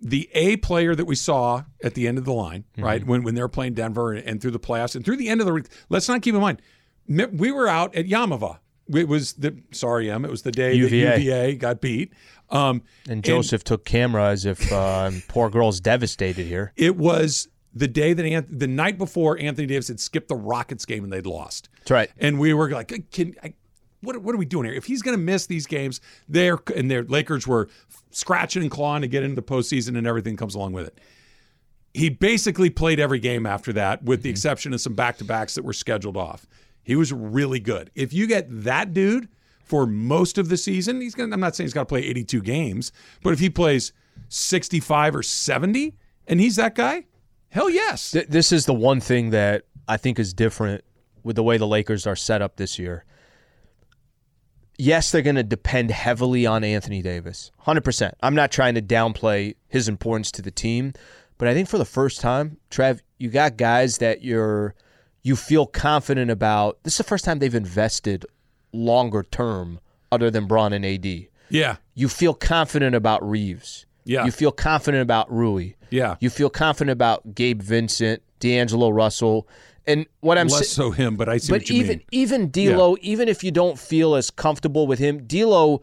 [SPEAKER 1] the A player that we saw at the end of the line,
[SPEAKER 3] Mm-hmm.
[SPEAKER 1] right when when they're playing Denver and, and through the playoffs and through the end of the week, let's not keep in mind me- we were out at Yamava. It was the sorry, Em. It was the day
[SPEAKER 3] UVA.
[SPEAKER 1] that UVA got beat. Um,
[SPEAKER 3] And Joseph took camera as if uh, poor girl's devastated here.
[SPEAKER 1] It was the day that Anth- the night before Anthony Davis had skipped the Rockets game and they'd lost.
[SPEAKER 3] That's right.
[SPEAKER 1] And we were like, can I, what, what are we doing here? If he's going to miss these games, they're and their Lakers were scratching and clawing to get into the postseason and everything comes along with it. He basically played every game after that, with the exception of some back to backs that were scheduled off. He was really good. If you get that dude for most of the season, he's going. to I'm not saying he's got to play 82 games, but if he plays 65 or 70, and he's that guy, hell Oh, yes.
[SPEAKER 3] Th- this is the one thing that I think is different with the way the Lakers are set up this year. Yes, they're going to depend heavily on Anthony Davis. 100%. I'm not trying to downplay his importance to the team, but I think for the first time, Trev, you got guys that you're you feel confident about. This is the first time they've invested longer term other than Braun and AD.
[SPEAKER 1] Yeah,
[SPEAKER 3] You feel confident about Reeves.
[SPEAKER 1] Yeah.
[SPEAKER 3] You feel confident about Rui.
[SPEAKER 1] Yeah.
[SPEAKER 3] You feel confident about Gabe Vincent, D'Angelo Russell, and what I'm
[SPEAKER 1] less
[SPEAKER 3] saying.
[SPEAKER 1] so him, but I see
[SPEAKER 3] But
[SPEAKER 1] what you
[SPEAKER 3] even
[SPEAKER 1] mean.
[SPEAKER 3] even D'Lo, even if you don't feel as comfortable with him, D'Lo,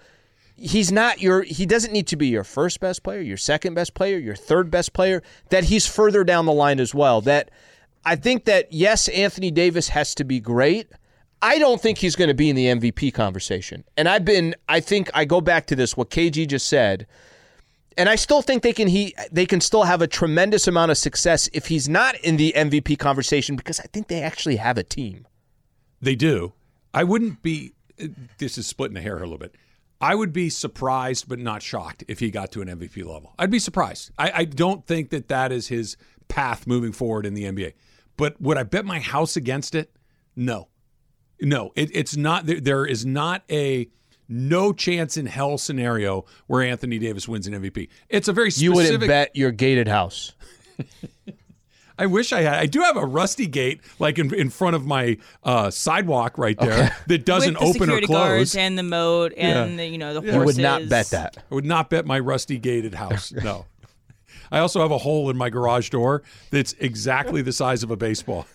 [SPEAKER 3] he's not your. He doesn't need to be your first best player, your second best player, your third best player. That he's further down the line as well. That I think that yes, Anthony Davis has to be great. I don't think he's going to be in the MVP conversation. And I've been. I think I go back to this what KG just said and I still think they can he they can still have a tremendous amount of success if he's not in the MVP conversation because I think they actually have a team.
[SPEAKER 1] They do. I wouldn't be. This is splitting the hair a little bit. I would be surprised, but not shocked, if he got to an MVP level. I'd be surprised. I, I don't think that that is his path moving forward in the NBA. But would I bet my house against it? No, no. It, it's not. There, there is not a no chance in hell scenario where Anthony Davis wins an MVP. It's a very specific.
[SPEAKER 3] You wouldn't bet your gated house.
[SPEAKER 1] I wish I had. I do have a rusty gate, like in, in front of my uh, sidewalk right there, that
[SPEAKER 4] With
[SPEAKER 1] doesn't
[SPEAKER 4] the
[SPEAKER 1] open or
[SPEAKER 4] security guards
[SPEAKER 1] close.
[SPEAKER 4] and the moat and the you know the horses.
[SPEAKER 3] You would not bet that.
[SPEAKER 1] I would not bet my rusty gated house. No. I also have a hole in my garage door that's exactly the size of a baseball.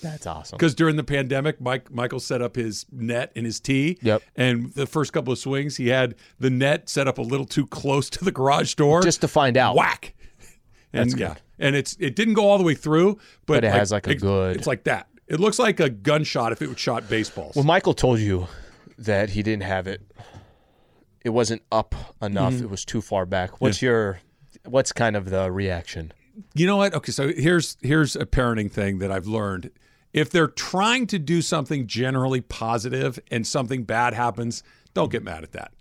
[SPEAKER 3] That's awesome.
[SPEAKER 1] Because during the pandemic, Mike Michael set up his net and his tee.
[SPEAKER 3] Yep.
[SPEAKER 1] And the first couple of swings, he had the net set up a little too close to the garage door.
[SPEAKER 3] Just to find out.
[SPEAKER 1] whack. And yeah, and it's it didn't go all the way through, but,
[SPEAKER 3] But it has, like, a good-
[SPEAKER 1] It's like that. It looks like a gunshot if it would shot baseballs.
[SPEAKER 3] Well, Michael told you that he didn't have it. It wasn't up enough.
[SPEAKER 1] Mm-hmm.
[SPEAKER 3] It was too far back. What's your what's kind of the reaction?
[SPEAKER 1] you know what? Okay, so here's here's a parenting thing that I've learned. If they're trying to do something generally positive and something bad happens, don't get mad at that.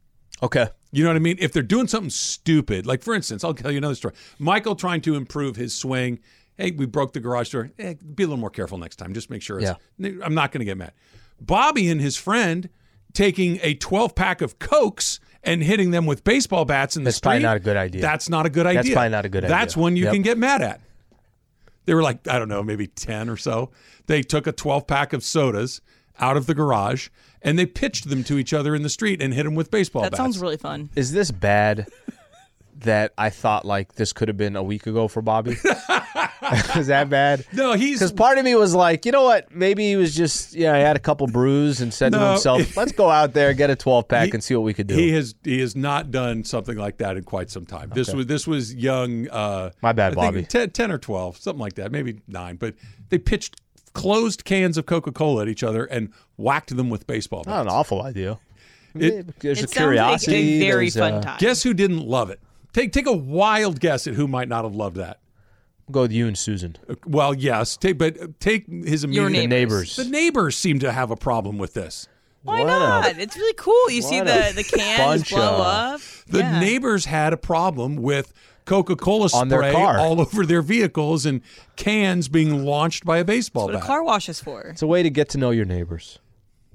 [SPEAKER 3] Okay.
[SPEAKER 1] You know what I mean? If they're doing something stupid, like for instance, I'll tell you another story. Michael trying to improve his swing. Hey, we broke the garage door. Eh, be a little more careful next time. Just make sure. It's, I'm not going to get mad. Bobby and his friend taking a 12 pack of cokes and hitting them with baseball bats in the
[SPEAKER 3] That's
[SPEAKER 1] street.
[SPEAKER 3] probably not a good idea.
[SPEAKER 1] That's not a good idea.
[SPEAKER 3] That's probably not a good
[SPEAKER 1] That's
[SPEAKER 3] idea.
[SPEAKER 1] one you
[SPEAKER 3] Yep.
[SPEAKER 1] can get mad at. They were like, I don't know, maybe 10 or so. They took a 12 pack of sodas out of the garage and they pitched them to each other in the street and hit them with baseball
[SPEAKER 4] That
[SPEAKER 1] bats.
[SPEAKER 4] sounds really fun.
[SPEAKER 3] Is this bad that I thought like this could have been a week ago for Bobby? Is that bad?
[SPEAKER 1] No, he's
[SPEAKER 3] Because part of me was like, you know what? Maybe he was just, you know, he had a couple brews and said to
[SPEAKER 1] No.
[SPEAKER 3] himself, let's go out there, get a 12 pack, and see what we could do.
[SPEAKER 1] he has he has not done something like that in quite some time. This was this was young. Uh,
[SPEAKER 3] My bad,
[SPEAKER 1] I think
[SPEAKER 3] Bobby.
[SPEAKER 1] 10, 10 or twelve, something like that, maybe nine. But they pitched closed cans of Coca Cola at each other and whacked them with baseball bats.
[SPEAKER 3] Not an awful idea.
[SPEAKER 1] It-
[SPEAKER 3] there's
[SPEAKER 4] it
[SPEAKER 3] a curiosity.
[SPEAKER 4] sounds like a very
[SPEAKER 3] there's,
[SPEAKER 4] fun
[SPEAKER 3] uh,
[SPEAKER 4] time.
[SPEAKER 1] Guess who didn't love it? Take take a wild guess at who might not have loved that. Uh,
[SPEAKER 3] Go with you and Susan.
[SPEAKER 1] Well, yes, take, but take his
[SPEAKER 4] Your
[SPEAKER 1] immediate
[SPEAKER 4] neighbors.
[SPEAKER 3] neighbors.
[SPEAKER 1] The neighbors seem to have a problem with this.
[SPEAKER 4] Why
[SPEAKER 3] What a-
[SPEAKER 4] not? it's really cool. You see
[SPEAKER 3] what
[SPEAKER 4] the
[SPEAKER 3] a
[SPEAKER 4] the cans
[SPEAKER 3] bunch
[SPEAKER 4] blow
[SPEAKER 3] of-
[SPEAKER 4] up.
[SPEAKER 1] The
[SPEAKER 4] yeah.
[SPEAKER 1] neighbors had a problem with Coca Cola
[SPEAKER 3] On their
[SPEAKER 1] spray
[SPEAKER 3] car.
[SPEAKER 1] all over their vehicles and cans being launched by a baseball
[SPEAKER 4] What a
[SPEAKER 1] bat.
[SPEAKER 4] car wash is for.
[SPEAKER 3] It's a way to get to know your neighbors.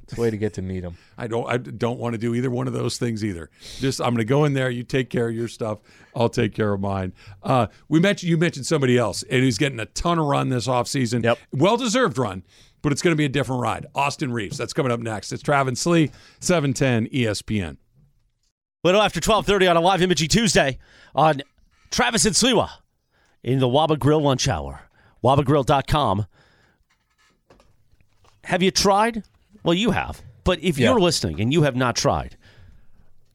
[SPEAKER 3] It's a way to get to meet him.
[SPEAKER 1] I don't I don't want to do either one of those things either. Just I'm going to go in there. You take care of your stuff. I'll take care of mine. Uh, we mentioned you mentioned somebody else, and who's getting a ton of run this offseason.
[SPEAKER 3] Yep.
[SPEAKER 1] well deserved run, but it's going to be a different ride. Austin Reeves. That's coming up next. It's Travis Slee, seven ten E ESPN.
[SPEAKER 2] Little after 12.30 on a live Imaging Tuesday on Travis and Sliwa in the Waba Grill lunch hour. WabaGrill.com. Have you tried? Well, you have. But if
[SPEAKER 3] Yeah.
[SPEAKER 2] you're listening and you have not tried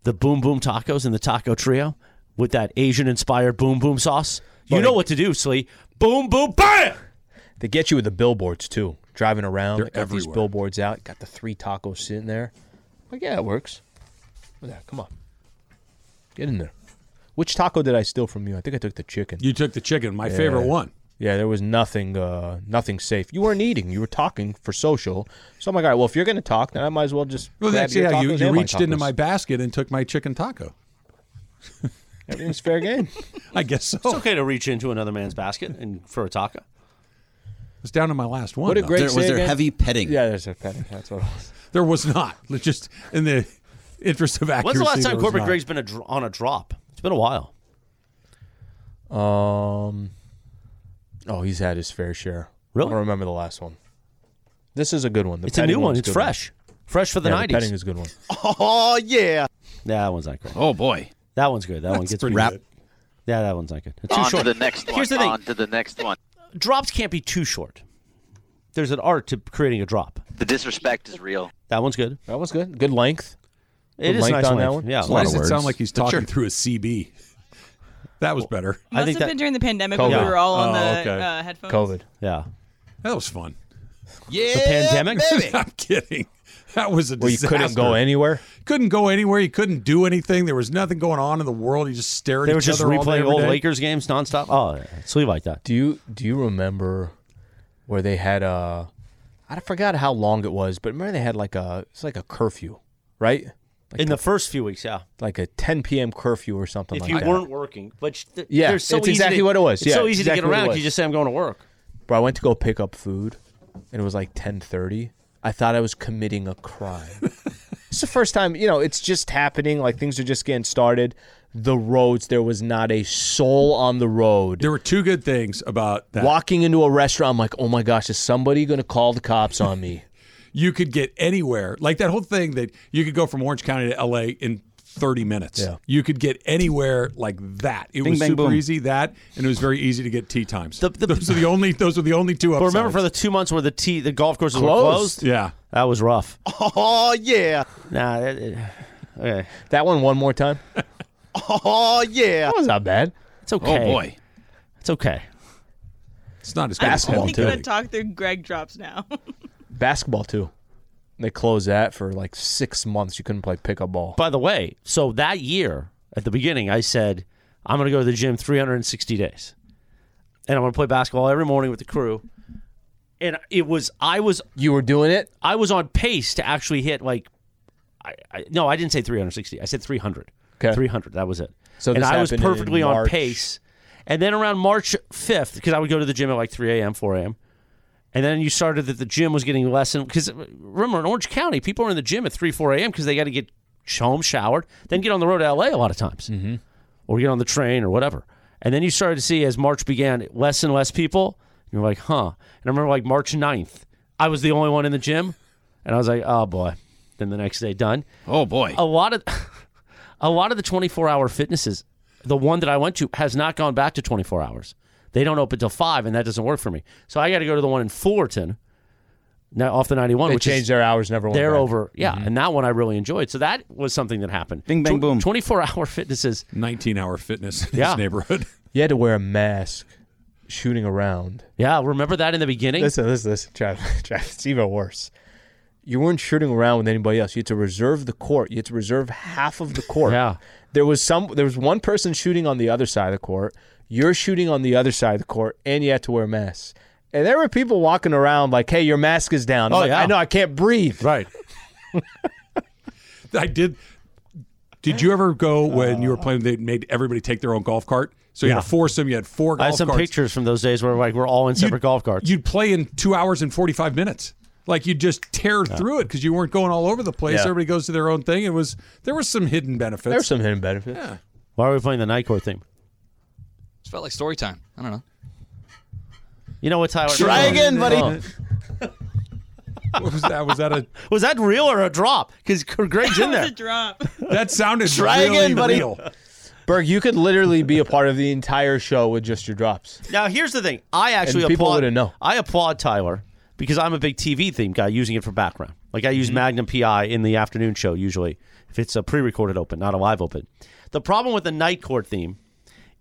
[SPEAKER 2] the Boom Boom Tacos and the Taco Trio with that Asian-inspired Boom Boom sauce, you know what to do, Slee. Boom Boom Bam!
[SPEAKER 3] They get you with the billboards too. Driving around,
[SPEAKER 1] They're
[SPEAKER 3] they got these
[SPEAKER 1] everywhere.
[SPEAKER 3] billboards out. Got the three tacos sitting there. Like, yeah, it works. Look at that. Come on, get in there. Which taco did I steal from you? I think I took the chicken.
[SPEAKER 1] You took the chicken, my favorite one.
[SPEAKER 3] Yeah, there was nothing, uh, nothing safe. You weren't eating. You were talking for social. So I'm like, all right. Well, if you're gonna talk, then I might as well just.
[SPEAKER 1] Well,
[SPEAKER 3] grab
[SPEAKER 1] that's
[SPEAKER 3] your
[SPEAKER 1] yeah. You,
[SPEAKER 3] tacos
[SPEAKER 1] you
[SPEAKER 3] and my
[SPEAKER 1] reached into
[SPEAKER 3] tacos.
[SPEAKER 1] my basket and took my chicken taco.
[SPEAKER 3] Everything's fair game.
[SPEAKER 1] I guess so.
[SPEAKER 2] It's okay to reach into another man's basket and for a taco.
[SPEAKER 1] It's down to my last one.
[SPEAKER 3] What a
[SPEAKER 1] though.
[SPEAKER 3] great
[SPEAKER 7] There, was
[SPEAKER 3] say
[SPEAKER 7] there
[SPEAKER 3] again?
[SPEAKER 7] heavy petting?
[SPEAKER 3] Yeah, there's a penny. That's what it was.
[SPEAKER 1] There was not. Let's Just in the interest of
[SPEAKER 2] When's
[SPEAKER 1] accuracy.
[SPEAKER 2] the last
[SPEAKER 1] there
[SPEAKER 2] time
[SPEAKER 1] was
[SPEAKER 2] Corporate
[SPEAKER 1] not.
[SPEAKER 2] Greg's been a dr- on a drop? It's been a while.
[SPEAKER 3] Um. Oh, he's had his fair share.
[SPEAKER 2] Really?
[SPEAKER 3] I don't remember the last one. This is a good one. The
[SPEAKER 2] It's a
[SPEAKER 3] petting
[SPEAKER 2] new one.
[SPEAKER 3] one's
[SPEAKER 2] It's
[SPEAKER 3] good
[SPEAKER 2] fresh. Fresh for the
[SPEAKER 3] Yeah, the
[SPEAKER 2] 90s.
[SPEAKER 3] petting is a good one.
[SPEAKER 7] Oh yeah.
[SPEAKER 2] Nah, that one's not great.
[SPEAKER 7] Oh boy.
[SPEAKER 2] That one's good. That one
[SPEAKER 1] That's
[SPEAKER 2] gets
[SPEAKER 1] pretty
[SPEAKER 7] wrap.
[SPEAKER 1] good.
[SPEAKER 2] Yeah, that one's not good. It's too
[SPEAKER 8] on
[SPEAKER 2] short.
[SPEAKER 8] to the next one.
[SPEAKER 2] Here's the thing.
[SPEAKER 8] On to the next one.
[SPEAKER 2] Drops can't be too short. There's an art to creating a drop.
[SPEAKER 8] The disrespect is real.
[SPEAKER 2] That one's good.
[SPEAKER 3] That was good. Good length.
[SPEAKER 2] It is
[SPEAKER 3] length
[SPEAKER 2] nice
[SPEAKER 3] on that
[SPEAKER 2] length.
[SPEAKER 3] one?
[SPEAKER 2] Yeah,
[SPEAKER 7] It's a
[SPEAKER 2] length.
[SPEAKER 7] lot
[SPEAKER 1] Why
[SPEAKER 7] of
[SPEAKER 1] does it
[SPEAKER 7] words.
[SPEAKER 1] sound like he's
[SPEAKER 7] But
[SPEAKER 1] talking
[SPEAKER 7] sure.
[SPEAKER 1] through a CB? That was better.
[SPEAKER 2] I
[SPEAKER 4] Must
[SPEAKER 2] think
[SPEAKER 4] have
[SPEAKER 2] that-
[SPEAKER 4] been during the pandemic when we
[SPEAKER 3] COVID.
[SPEAKER 4] were all on
[SPEAKER 1] Oh,
[SPEAKER 4] the
[SPEAKER 1] okay.
[SPEAKER 4] uh, headphones.
[SPEAKER 3] COVID.
[SPEAKER 2] yeah.
[SPEAKER 1] That was fun.
[SPEAKER 7] Yeah.
[SPEAKER 2] pandemic?
[SPEAKER 7] Baby.
[SPEAKER 1] I'm kidding. That was a
[SPEAKER 3] Well, you
[SPEAKER 1] disaster.
[SPEAKER 3] couldn't go anywhere.
[SPEAKER 1] Couldn't go anywhere. You couldn't do anything. There was nothing going on in the world. You just stared at
[SPEAKER 2] They were
[SPEAKER 1] each
[SPEAKER 2] just
[SPEAKER 1] other all day,
[SPEAKER 2] replaying
[SPEAKER 1] every
[SPEAKER 2] old
[SPEAKER 1] day.
[SPEAKER 2] Lakers games nonstop. Oh, sleep like that.
[SPEAKER 3] Do you do you remember where they had a? I forgot how long it was, but remember they had like a it's like a curfew, right? Like
[SPEAKER 2] In the first few weeks, yeah.
[SPEAKER 3] like a 10 p.m. curfew or something
[SPEAKER 2] If
[SPEAKER 3] like
[SPEAKER 2] you
[SPEAKER 3] that.
[SPEAKER 2] weren't working, but sh- th-
[SPEAKER 3] Yeah,
[SPEAKER 2] they're so
[SPEAKER 3] it's
[SPEAKER 2] easy
[SPEAKER 3] exactly
[SPEAKER 2] to-
[SPEAKER 3] what it was.
[SPEAKER 2] It's
[SPEAKER 3] Yeah,
[SPEAKER 2] so
[SPEAKER 3] it's
[SPEAKER 2] easy to
[SPEAKER 3] exactly
[SPEAKER 2] get
[SPEAKER 3] what it
[SPEAKER 2] around. 'cause
[SPEAKER 3] was.
[SPEAKER 2] You just say I'm going to work.
[SPEAKER 3] Bro, I went to go pick up food, and it was like 10:30. I thought I was committing a crime. it's the first time, you know, it's just happening. Like things are just getting started. The roads, there was not a soul on the road.
[SPEAKER 1] There were two good things about that.
[SPEAKER 3] Walking into a restaurant, I'm like, oh my gosh, is somebody gonna call the cops on me?
[SPEAKER 1] You could get anywhere. Like that whole thing that you could go from Orange County to LA in 30 minutes.
[SPEAKER 3] Yeah.
[SPEAKER 1] You could get anywhere like that. It was
[SPEAKER 7] bang,
[SPEAKER 1] super
[SPEAKER 7] boom.
[SPEAKER 1] easy that and it was very easy to get tea times.
[SPEAKER 2] The- the-
[SPEAKER 1] those are the only those are the only two
[SPEAKER 2] But
[SPEAKER 1] upsides.
[SPEAKER 2] remember, for the two months where the tee, the golf courses were
[SPEAKER 3] Closed.
[SPEAKER 2] closed,
[SPEAKER 1] Yeah.
[SPEAKER 2] that was rough.
[SPEAKER 7] Oh yeah.
[SPEAKER 2] Nah, it, it- okay,
[SPEAKER 3] that one, one more time.
[SPEAKER 7] Oh yeah.
[SPEAKER 3] That was not bad.
[SPEAKER 2] it's okay.
[SPEAKER 7] Oh boy.
[SPEAKER 2] it's okay.
[SPEAKER 1] It's not as good as
[SPEAKER 3] Basketball,
[SPEAKER 4] We
[SPEAKER 1] home
[SPEAKER 3] too.
[SPEAKER 4] could
[SPEAKER 1] cooking.
[SPEAKER 4] have talked through Greg drops now.
[SPEAKER 3] Basketball too. They closed that for like six months. You couldn't play pickup ball.
[SPEAKER 2] By the way, so that year at the beginning, I said I'm going to go to the gym 360 days, and I'm going to play basketball every morning with the crew. And it was I was
[SPEAKER 3] You were doing it.
[SPEAKER 2] I was on pace to actually hit like, I, I no, I didn't say 360. I said 300.
[SPEAKER 3] Okay.
[SPEAKER 2] 300. That was it.
[SPEAKER 3] So
[SPEAKER 2] and
[SPEAKER 3] this
[SPEAKER 2] I was
[SPEAKER 3] happened in
[SPEAKER 2] perfectly on
[SPEAKER 3] March.
[SPEAKER 2] pace. And then around March 5th, because I would go to the gym at like 3 a.m., 4 a.m. And then you started that the gym was getting less. And because remember in Orange County, people are in the gym at 3, 4 a.m. because they got to get home showered, then get on the road to LA a lot of times, mm-hmm. or get on the train or whatever. And then you started to see as March began, less and less people. You're like, huh? And I remember like March 9th, I was the only one in the gym, and I was like, oh boy. Then the next day, done
[SPEAKER 7] Oh boy.
[SPEAKER 2] a lot of a lot of the 24 hour fitnesses the one that i went to has not gone back to 24 hours they don't open till 5 and that doesn't work for me so i got to go to the one in fullerton now off the 91
[SPEAKER 3] They
[SPEAKER 2] which
[SPEAKER 3] changed
[SPEAKER 2] is
[SPEAKER 3] their hours. Never went.
[SPEAKER 2] they're
[SPEAKER 3] back. Mm-hmm.
[SPEAKER 2] over yeah and that one i really enjoyed so that was something that happened
[SPEAKER 7] Bing, bang,
[SPEAKER 2] Tw-
[SPEAKER 7] boom.
[SPEAKER 2] 24 hour fitnesses
[SPEAKER 1] 19 hour fitness in
[SPEAKER 2] Yeah.
[SPEAKER 1] this neighborhood.
[SPEAKER 3] You had to wear a mask shooting around.
[SPEAKER 2] yeah remember that in the beginning
[SPEAKER 3] Listen, listen, listen, Travis. Travis, it's even worse. You weren't shooting around with anybody else. You had to reserve the court. You had to reserve half of the court.
[SPEAKER 2] Yeah.
[SPEAKER 3] There was some. There was one person shooting on the other side of the court. You're shooting on the other side of the court, and you had to wear masks. And there were people walking around like, "Hey, your mask is down." I'm
[SPEAKER 2] Oh,
[SPEAKER 3] like,
[SPEAKER 2] yeah.
[SPEAKER 3] I know. I can't breathe.
[SPEAKER 1] Right. I did. Did you ever go when you were playing? They made everybody take their own golf cart, so you had to force them. You had four golf
[SPEAKER 2] i have some
[SPEAKER 1] carts.
[SPEAKER 2] pictures from those days where like we're all in separate golf carts
[SPEAKER 1] You'd play in two hours and forty-five minutes. Like you just tear through it because you weren't going all over the place.
[SPEAKER 3] Yeah.
[SPEAKER 1] Everybody goes to their own thing. It was there was some hidden benefits.
[SPEAKER 3] There's some hidden benefits.
[SPEAKER 2] Why are we playing the Nightcore theme?
[SPEAKER 9] It felt like story time. I don't know.
[SPEAKER 2] You know what, Tyler?
[SPEAKER 7] Try again, buddy.
[SPEAKER 2] Oh.
[SPEAKER 1] What was that? Was that a
[SPEAKER 2] Was that real or a drop? Because Greg's in
[SPEAKER 4] It's
[SPEAKER 2] there.
[SPEAKER 4] a drop.
[SPEAKER 1] that sounded
[SPEAKER 7] Try
[SPEAKER 1] really
[SPEAKER 7] again, buddy.
[SPEAKER 1] real.
[SPEAKER 3] Berg, you could literally be a part of the entire show with just your drops.
[SPEAKER 2] Now, here's the thing. I actually
[SPEAKER 3] And people
[SPEAKER 2] applaud.
[SPEAKER 3] wouldn't know.
[SPEAKER 2] I applaud Tyler because I'm a big TV theme guy, using it for background. Like I use
[SPEAKER 1] Mm-hmm.
[SPEAKER 2] Magnum PI in the afternoon show usually if it's a pre-recorded open, not a live open. The problem with the night court theme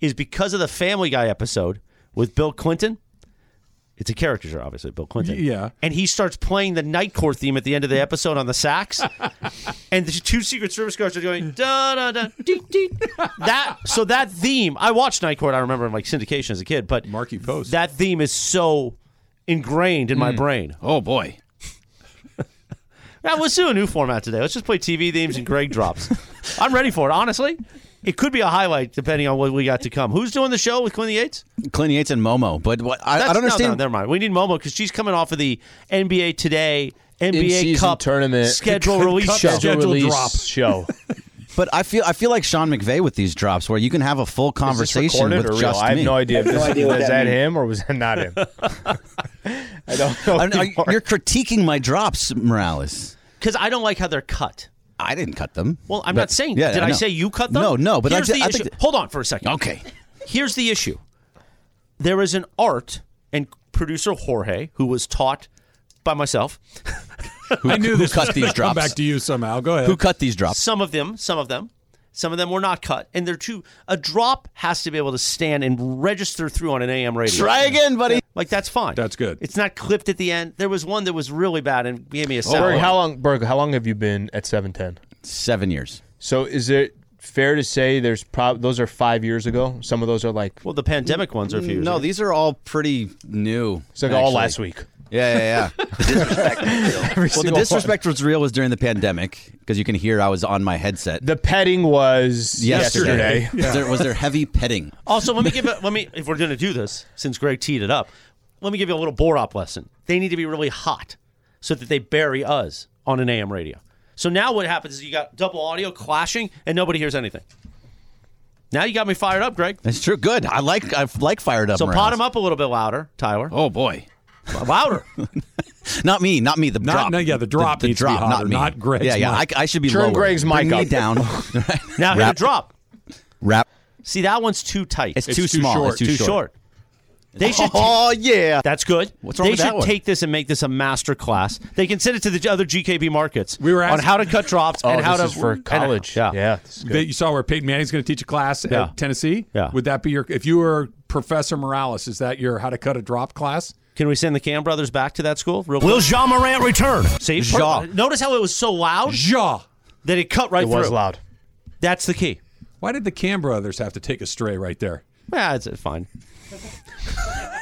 [SPEAKER 2] is because of the Family Guy episode with Bill Clinton. It's a caricature, obviously, Bill Clinton.
[SPEAKER 1] Y- yeah.
[SPEAKER 2] And he starts playing the night court theme at the end of the episode on the sax. and the two Secret Service guards are going
[SPEAKER 9] Mm.
[SPEAKER 2] da da da ding ding. That so that theme I watched Night Court. I remember in like syndication as a kid, but
[SPEAKER 1] Marky Post.
[SPEAKER 2] That theme is so ingrained in my brain.
[SPEAKER 9] Oh boy.
[SPEAKER 2] Now let's do a new format today. Let's just play TV themes and Greg drops. I'm ready for it. Honestly, it could be a highlight depending on what we got to come. Who's doing the show with Quinn Yates?
[SPEAKER 9] Clint Yates and Momo, but what I, I
[SPEAKER 2] That's-
[SPEAKER 9] don't
[SPEAKER 2] no,
[SPEAKER 9] understand.
[SPEAKER 2] No, never mind. We need Momo because she's coming off of the NBA today. NBA
[SPEAKER 3] In-season
[SPEAKER 2] Cup
[SPEAKER 3] tournament.
[SPEAKER 2] schedule release
[SPEAKER 1] Cup
[SPEAKER 2] show.
[SPEAKER 1] schedule.
[SPEAKER 3] release
[SPEAKER 1] drop.
[SPEAKER 3] show.
[SPEAKER 9] but I feel I feel like Sean McVay with these drops, where you can have a full conversation
[SPEAKER 3] recorded
[SPEAKER 9] with
[SPEAKER 3] or real?
[SPEAKER 9] just
[SPEAKER 3] I have
[SPEAKER 9] me.
[SPEAKER 3] no idea. If this,
[SPEAKER 7] idea what
[SPEAKER 3] was
[SPEAKER 7] that
[SPEAKER 3] that him or was that not him? I don't know.
[SPEAKER 9] I'm- I-
[SPEAKER 3] anymore.
[SPEAKER 9] you're critiquing my drops, Morales.
[SPEAKER 2] Because I don't like how they're cut.
[SPEAKER 9] I didn't cut them.
[SPEAKER 2] Well, I'm
[SPEAKER 9] But-
[SPEAKER 2] not saying.
[SPEAKER 9] yeah,
[SPEAKER 2] did I,
[SPEAKER 9] know.
[SPEAKER 2] say you cut them?
[SPEAKER 9] No, no. But
[SPEAKER 2] here's
[SPEAKER 9] I, ju-
[SPEAKER 2] the
[SPEAKER 9] I
[SPEAKER 2] issue.
[SPEAKER 9] think.
[SPEAKER 2] Hold on for a second.
[SPEAKER 9] okay.
[SPEAKER 2] Here's the issue. There is an art, and producer Jorge, who was taught by myself,
[SPEAKER 9] Who,
[SPEAKER 1] I knew
[SPEAKER 9] who
[SPEAKER 1] this
[SPEAKER 9] cut
[SPEAKER 1] was
[SPEAKER 9] these
[SPEAKER 1] gonna come
[SPEAKER 9] drops.
[SPEAKER 1] back to you somehow. Go ahead.
[SPEAKER 9] who cut these drops?
[SPEAKER 2] some of them, some of them, some of them were not cut, and they're too. A drop has to be able to stand and register through on an AM radio.
[SPEAKER 7] Try again, buddy.
[SPEAKER 2] Like that's fine.
[SPEAKER 1] That's good.
[SPEAKER 2] It's not clipped at the end. There was one that was really bad and gave me a sour.
[SPEAKER 3] Berg, Oh, how long, Berg? How long have you been at seven ten?
[SPEAKER 9] Seven years.
[SPEAKER 3] So is it fair to say there's prob those are five years ago? Some of those are like
[SPEAKER 2] well, the pandemic ones are few.
[SPEAKER 9] No, these are all pretty new.
[SPEAKER 3] it's like all
[SPEAKER 9] actually.
[SPEAKER 3] last week.
[SPEAKER 9] Yeah, yeah, yeah.
[SPEAKER 3] Every
[SPEAKER 9] well, the
[SPEAKER 3] single one.
[SPEAKER 9] disrespect was real was during the pandemic because you can hear I was on my headset.
[SPEAKER 3] The petting was
[SPEAKER 9] yesterday.
[SPEAKER 3] yesterday.
[SPEAKER 9] Was there, was there heavy petting?
[SPEAKER 2] Also, let me give a, let me if we're going to do this, since Greg teed it up, let me give you a little Borop lesson. They need to be really hot so that they bury us on an AM radio. So now what happens is you got double audio clashing and nobody hears anything. Now you got me fired up, Greg.
[SPEAKER 9] That's true. Good. I like I like fired up.
[SPEAKER 2] So pot
[SPEAKER 9] Morales.
[SPEAKER 2] him up a little bit louder, Tyler.
[SPEAKER 9] Oh boy.
[SPEAKER 2] Louder.
[SPEAKER 9] Not me. Not me. The
[SPEAKER 1] Not-
[SPEAKER 9] drop.
[SPEAKER 1] no, yeah, the drop
[SPEAKER 9] The,
[SPEAKER 1] needs to be
[SPEAKER 9] drop. not
[SPEAKER 1] hotter,
[SPEAKER 9] me.
[SPEAKER 1] not Greg's
[SPEAKER 9] Yeah, yeah. I,
[SPEAKER 1] mic.
[SPEAKER 9] I should be
[SPEAKER 3] Turn
[SPEAKER 9] lower.
[SPEAKER 3] Greg's
[SPEAKER 9] Bring
[SPEAKER 3] mic
[SPEAKER 9] me
[SPEAKER 3] up.
[SPEAKER 9] down.
[SPEAKER 2] Now hit a
[SPEAKER 9] Rap.
[SPEAKER 2] drop.
[SPEAKER 9] Wrap.
[SPEAKER 2] See that one's too tight.
[SPEAKER 9] It's, too, small.
[SPEAKER 1] short.
[SPEAKER 9] It's too, short.
[SPEAKER 2] They should.
[SPEAKER 7] Oh yeah.
[SPEAKER 2] that's good.
[SPEAKER 9] What's wrong
[SPEAKER 2] they
[SPEAKER 9] with
[SPEAKER 2] should
[SPEAKER 9] that one?
[SPEAKER 2] take this and make this a master class. They can send it to the other GKB markets
[SPEAKER 1] We were
[SPEAKER 2] on
[SPEAKER 1] asked-
[SPEAKER 2] how to cut drops
[SPEAKER 3] Oh,
[SPEAKER 2] and how
[SPEAKER 3] this
[SPEAKER 2] to
[SPEAKER 3] is for
[SPEAKER 2] and-
[SPEAKER 3] college.
[SPEAKER 2] yeah.
[SPEAKER 3] yeah. this is good.
[SPEAKER 1] That you saw where Peyton Manning's going to teach a class
[SPEAKER 2] Yeah.
[SPEAKER 1] at Tennessee.
[SPEAKER 2] Yeah.
[SPEAKER 1] Would that be your? If you were Professor Morales, is that your how to cut a drop class?
[SPEAKER 2] Can we send the Cam brothers back to that school? Real
[SPEAKER 10] Will
[SPEAKER 2] quick?
[SPEAKER 10] Jean Morant return?
[SPEAKER 2] See,
[SPEAKER 9] Ja.
[SPEAKER 2] per- notice how it was so loud
[SPEAKER 1] Ja.
[SPEAKER 2] that it cut right
[SPEAKER 3] It
[SPEAKER 2] through.
[SPEAKER 3] was loud.
[SPEAKER 2] That's the key.
[SPEAKER 1] Why did the Cam brothers have to take a stray right there?
[SPEAKER 2] Yeah, it's uh, fine.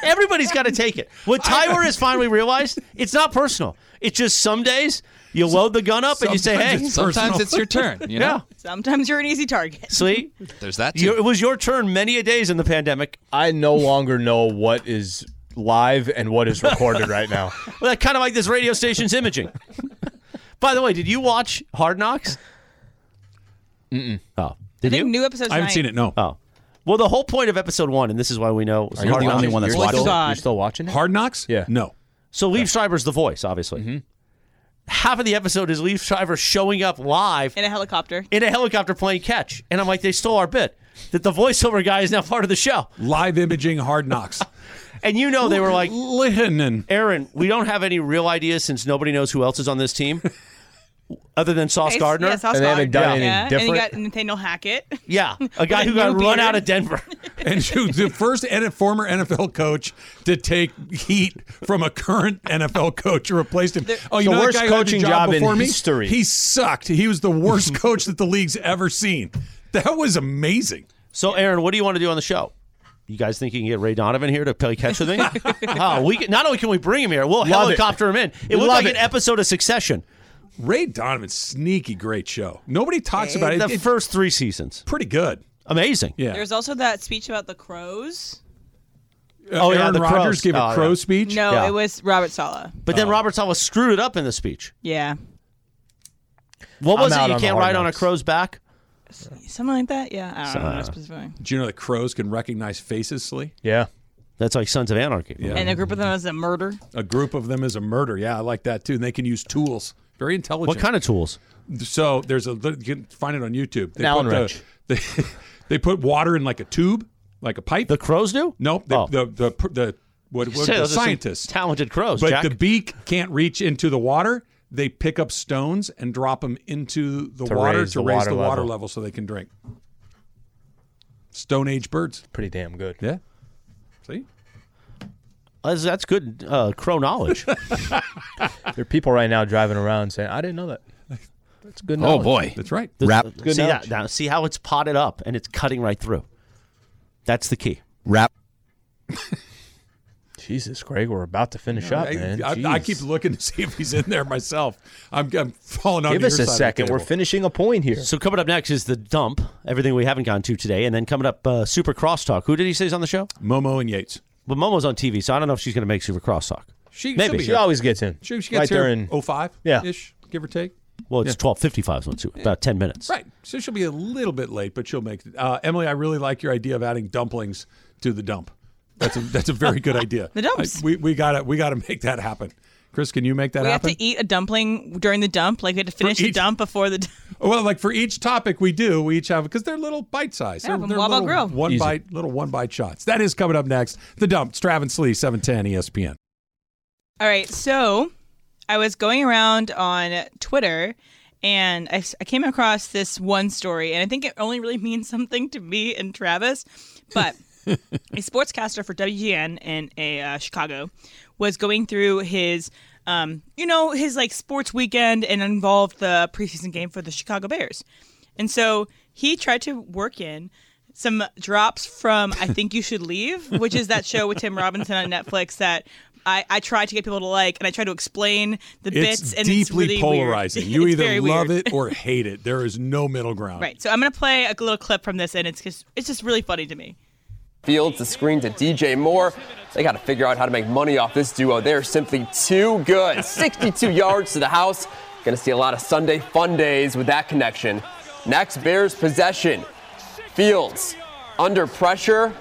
[SPEAKER 2] Everybody's got to take it. What Tyler has finally realized, it's not personal. It's just some days you load the gun up and you say,
[SPEAKER 1] Sometimes
[SPEAKER 2] "Hey,
[SPEAKER 1] it's-
[SPEAKER 9] Sometimes
[SPEAKER 1] Personal.
[SPEAKER 9] it's your turn. You
[SPEAKER 2] yeah,
[SPEAKER 4] Sometimes you're an easy target.
[SPEAKER 2] see,
[SPEAKER 9] There's that
[SPEAKER 2] Your- it was your turn many a days in the pandemic."
[SPEAKER 3] I no longer know what is live and what is recorded right now.
[SPEAKER 2] Well, that kind of like this radio station's imaging. By the way, did you watch Hard Knocks? Mm-mm. Oh,
[SPEAKER 4] I
[SPEAKER 2] did
[SPEAKER 4] think
[SPEAKER 2] you?
[SPEAKER 4] new episodes.
[SPEAKER 1] I haven't
[SPEAKER 4] tonight.
[SPEAKER 1] seen it. No.
[SPEAKER 2] oh, well, the whole point of episode one, and this is why we know. Are
[SPEAKER 9] the only one that's
[SPEAKER 3] You're
[SPEAKER 9] watching
[SPEAKER 3] still-
[SPEAKER 4] it.
[SPEAKER 3] You're still watching it?
[SPEAKER 1] Hard knocks.
[SPEAKER 3] Yeah. Mm-hmm.
[SPEAKER 1] No.
[SPEAKER 2] So Leaf Shriver's the voice, obviously. Half of the episode is Leaf Shriver showing up live
[SPEAKER 4] in a helicopter.
[SPEAKER 2] in a helicopter playing catch, and I'm like, they stole our bit. That the voiceover guy is now part of the show,
[SPEAKER 1] Live imaging. Hard knocks.
[SPEAKER 2] and you know they were like,
[SPEAKER 1] Linen.
[SPEAKER 2] Aaron, we don't have any real ideas since nobody knows who else is on this team, other than Sauce
[SPEAKER 4] It's-
[SPEAKER 2] Gardner.
[SPEAKER 4] yeah, Sauce
[SPEAKER 3] And they haven't
[SPEAKER 4] Gardner.
[SPEAKER 3] done
[SPEAKER 4] yeah.
[SPEAKER 3] anything
[SPEAKER 4] And you
[SPEAKER 3] different?
[SPEAKER 4] got Nathaniel Hackett.
[SPEAKER 2] Yeah, a guy who got
[SPEAKER 4] New
[SPEAKER 2] run
[SPEAKER 4] beard.
[SPEAKER 2] out of Denver.
[SPEAKER 1] And she was the first N- former NFL coach to take heat from a current NFL coach who replaced him. Oh, you
[SPEAKER 3] The
[SPEAKER 1] know that
[SPEAKER 3] worst
[SPEAKER 1] guy who had the
[SPEAKER 3] coaching job in
[SPEAKER 1] before me?
[SPEAKER 3] history.
[SPEAKER 1] He sucked. He was the worst coach that the league's ever seen. That was amazing.
[SPEAKER 2] So, Aaron, what do you want to do on the show? You guys think you can get Ray Donovan here to play catch with me? oh, we can, not only can we bring him here, we'll helicopter him in. It looked
[SPEAKER 3] Love
[SPEAKER 2] like
[SPEAKER 3] it.
[SPEAKER 2] an episode of Succession.
[SPEAKER 1] Ray Donovan's sneaky great show. Nobody talks about it.
[SPEAKER 2] the
[SPEAKER 1] It's
[SPEAKER 2] first three seasons,
[SPEAKER 1] pretty good.
[SPEAKER 2] amazing.
[SPEAKER 1] Yeah.
[SPEAKER 4] There's also that speech about the crows.
[SPEAKER 1] oh,
[SPEAKER 2] yeah,
[SPEAKER 1] Aaron
[SPEAKER 2] the
[SPEAKER 1] Rodgers
[SPEAKER 2] crows.
[SPEAKER 1] gave
[SPEAKER 2] Oh,
[SPEAKER 1] a
[SPEAKER 2] yeah.
[SPEAKER 1] crow speech. Oh.
[SPEAKER 4] No,
[SPEAKER 2] Yeah.
[SPEAKER 4] it was Robert Sala.
[SPEAKER 2] But then Robert Sala screwed it up in the speech.
[SPEAKER 4] Yeah,
[SPEAKER 2] What was
[SPEAKER 3] I'm out
[SPEAKER 2] it? You
[SPEAKER 3] on the
[SPEAKER 2] can't
[SPEAKER 3] hard
[SPEAKER 2] ride on a
[SPEAKER 3] knocks.
[SPEAKER 2] crow's back.
[SPEAKER 4] something like that. Yeah, I don't know specifically.
[SPEAKER 1] Do you know that crows can recognize faces, Slee?
[SPEAKER 3] Yeah.
[SPEAKER 2] That's like Sons of Anarchy.
[SPEAKER 1] Yeah.
[SPEAKER 4] And a group of them was a murder.
[SPEAKER 1] A group of them is a murder. Yeah, I like that too. And they can use tools. Very intelligent.
[SPEAKER 2] What kind of tools?
[SPEAKER 1] So there's a you can find it on YouTube. They
[SPEAKER 3] Allen
[SPEAKER 1] put the-
[SPEAKER 3] wrench.
[SPEAKER 1] they, they put water in like a tube, like a pipe.
[SPEAKER 2] The crows do?
[SPEAKER 1] nope. The,
[SPEAKER 2] Oh.
[SPEAKER 1] the, the the what, what
[SPEAKER 2] Say
[SPEAKER 1] the
[SPEAKER 2] those are some
[SPEAKER 1] scientists.
[SPEAKER 2] Talented crows,
[SPEAKER 1] But
[SPEAKER 2] Jack.
[SPEAKER 1] the beak can't reach into the water. They pick up stones and drop them into the
[SPEAKER 2] To
[SPEAKER 1] water
[SPEAKER 2] raise
[SPEAKER 1] to
[SPEAKER 2] the
[SPEAKER 1] raise
[SPEAKER 2] water
[SPEAKER 1] the water
[SPEAKER 2] level.
[SPEAKER 1] level so they can drink. Stone Age birds.
[SPEAKER 3] Pretty damn good.
[SPEAKER 1] Yeah. See?
[SPEAKER 2] that's, that's good uh, crow knowledge.
[SPEAKER 3] There are people right now driving around saying, I didn't know that. That's good
[SPEAKER 9] Oh
[SPEAKER 3] knowledge.
[SPEAKER 9] boy.
[SPEAKER 1] That's right.
[SPEAKER 9] Wrap
[SPEAKER 2] see that
[SPEAKER 3] knowledge.
[SPEAKER 2] now? See how it's potted up and it's cutting right through. That's the key.
[SPEAKER 9] wrap
[SPEAKER 3] Jesus, Greg, we're about to finish up,
[SPEAKER 1] I,
[SPEAKER 3] man.
[SPEAKER 1] I, I
[SPEAKER 3] Jeez.
[SPEAKER 1] keep looking to see if he's in there myself. I'm, I'm falling on
[SPEAKER 3] Give
[SPEAKER 1] your
[SPEAKER 3] us a
[SPEAKER 1] side of the
[SPEAKER 3] second. We're
[SPEAKER 1] table.
[SPEAKER 3] finishing a point here.
[SPEAKER 2] So coming up next is the dump, everything we haven't gotten to today, and then coming up uh, Super Crosstalk. Who did he say is on the show?
[SPEAKER 1] Momo and Yates.
[SPEAKER 2] But Momo's on TV, so I don't know if she's going to make Super Crosstalk.
[SPEAKER 1] She,
[SPEAKER 2] Maybe.
[SPEAKER 1] she'll be
[SPEAKER 3] She
[SPEAKER 1] here.
[SPEAKER 3] always gets in.
[SPEAKER 1] She, she gets
[SPEAKER 3] right
[SPEAKER 1] here
[SPEAKER 3] there in.
[SPEAKER 1] 05
[SPEAKER 3] Yeah.
[SPEAKER 1] ish, give or take.
[SPEAKER 2] Well, it's twelve fifty five, so it's about ten minutes.
[SPEAKER 1] Right. So she'll be a little bit late, but she'll make it. Uh, Emily, I really like your idea of adding dumplings to the dump. That's a, that's a very good idea.
[SPEAKER 4] The dumps.
[SPEAKER 1] I- we we got to we got to make that happen. Chris, can you make that
[SPEAKER 4] We have
[SPEAKER 1] happen?
[SPEAKER 4] to eat a dumpling during the dump. Like we had to finish the
[SPEAKER 1] each-
[SPEAKER 4] dump before the.
[SPEAKER 1] Well, like for each topic we do, we each have because Uh, they're little bite sized.
[SPEAKER 4] Yeah,
[SPEAKER 1] They're,
[SPEAKER 4] from
[SPEAKER 1] they're
[SPEAKER 4] Wawa
[SPEAKER 1] little
[SPEAKER 4] Grill.
[SPEAKER 1] one
[SPEAKER 3] Easy.
[SPEAKER 1] bite, little one bite shots. That is coming up next. The dump. Travis Lee, seven ten E ESPN.
[SPEAKER 4] All right, so I was going around on Twitter and I, I came across this one story, and I think it only really means something to me and Travis, but. a sportscaster for WGN in a uh, Chicago was going through his, um, you know, his like sports weekend and involved the preseason game for the Chicago Bears, and so he tried to work in some drops from I Think You Should Leave, which is that show with Tim Robinson on Netflix that. I, I tried to get people to like, and I tried to explain the
[SPEAKER 1] It's
[SPEAKER 4] bits, and
[SPEAKER 1] deeply
[SPEAKER 4] it's really weird.
[SPEAKER 1] polarizing.
[SPEAKER 4] It's
[SPEAKER 1] You either
[SPEAKER 4] very
[SPEAKER 1] love
[SPEAKER 4] weird.
[SPEAKER 1] it or hate it. There is no middle ground.
[SPEAKER 4] right? So I'm gonna play a little clip from this, and it's just it's just really funny to me.
[SPEAKER 11] Fields, the screen to DJ Moore. They got to figure out how to make money off this duo. They're simply too good. 62 yards to the house. Going to see a lot of Sunday fun days with that connection. Next, Bears possession. Fields under pressure,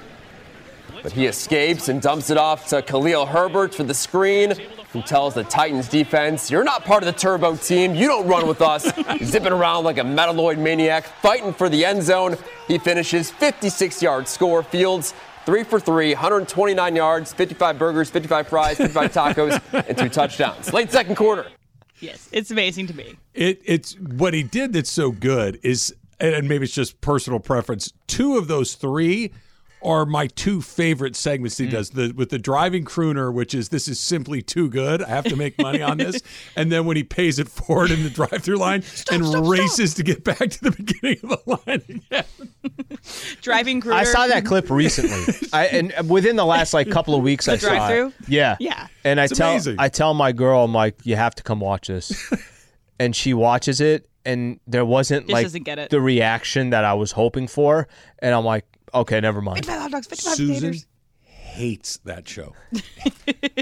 [SPEAKER 11] but he escapes and dumps it off to Khalil Herbert for the screen, who tells the Titans defense, You're not part of the turbo team. You don't run with us. Zipping around like a metaloid maniac, fighting for the end zone. He finishes 56 yard score. Fields, three for three, 129 yards, 55 burgers, 55 fries, 55 tacos, and two touchdowns. Late second quarter.
[SPEAKER 4] Yes, it's amazing to me.
[SPEAKER 1] It it's what he did that's so good is and maybe it's just personal preference. Two of those three are my two favorite segments he does the, with the driving crooner, which is this is simply too good. I have to make money on this, and then when he pays it forward in the drive-through line and races to get back to the beginning of the line again.
[SPEAKER 4] Driving Gruder.
[SPEAKER 3] I saw that clip recently. I and uh, within the last like couple of weeks, I saw it.
[SPEAKER 4] drive-thru?
[SPEAKER 3] Yeah,
[SPEAKER 4] Yeah.
[SPEAKER 3] And I
[SPEAKER 1] It's
[SPEAKER 3] tell
[SPEAKER 1] amazing.
[SPEAKER 3] I tell my girl, I'm like, you have to come watch this, and she watches it, and there wasn't
[SPEAKER 4] Just
[SPEAKER 3] like
[SPEAKER 4] doesn't get it.
[SPEAKER 3] the reaction that I was hoping for, and I'm like, okay, never mind.
[SPEAKER 4] Five hot dogs, 55
[SPEAKER 1] Susan
[SPEAKER 4] taters.
[SPEAKER 1] hates that show.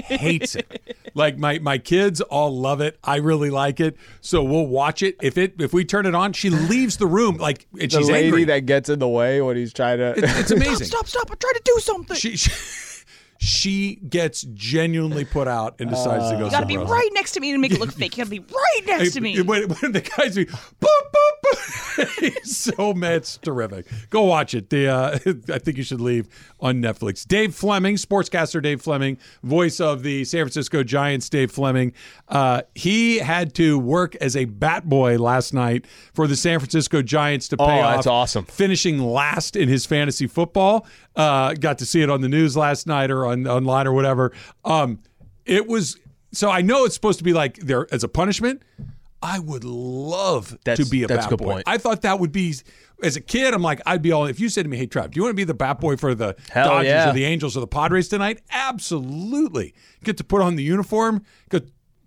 [SPEAKER 1] hates it. Like my my kids all love it. I really like it. So we'll watch it. If it if we turn it on, she leaves the room like and
[SPEAKER 3] The
[SPEAKER 1] she's
[SPEAKER 3] lady
[SPEAKER 1] angry.
[SPEAKER 3] that gets in the way when he's trying to.
[SPEAKER 1] it's amazing.
[SPEAKER 4] Stop, stop. I'm trying to do something.
[SPEAKER 1] She, she she gets genuinely put out and decides to go
[SPEAKER 4] you gotta be
[SPEAKER 1] somewhere else.
[SPEAKER 4] right next to me to make it look fake. You gotta be right next to
[SPEAKER 1] Hey,
[SPEAKER 4] me.
[SPEAKER 1] When, when the guys be boop boop boop, he's so mad. It's terrific. Go watch it. The uh, I think you should leave on Netflix. Dave Fleming, sportscaster Dave Fleming, voice of the San Francisco Giants. Dave Fleming. Uh, he had to work as a bat boy last night for the San Francisco Giants to pay off.
[SPEAKER 3] Oh, that's awesome.
[SPEAKER 1] Finishing last in his fantasy football. Uh, got to see it on the news last night or on online or whatever. Um, it was. So I know it's supposed to be like there as a punishment. I would love
[SPEAKER 3] That's-
[SPEAKER 1] to be a
[SPEAKER 3] that's a
[SPEAKER 1] bat
[SPEAKER 3] good
[SPEAKER 1] boy.
[SPEAKER 3] point.
[SPEAKER 1] I thought that would be as a kid. I'm like, I'd be all. If you said to me, "Hey, Trav, do you want to be the bat boy for the
[SPEAKER 3] Hell
[SPEAKER 1] Dodgers
[SPEAKER 3] yeah.
[SPEAKER 1] or the Angels or the Padres tonight?" Absolutely. Get to put on the uniform. Go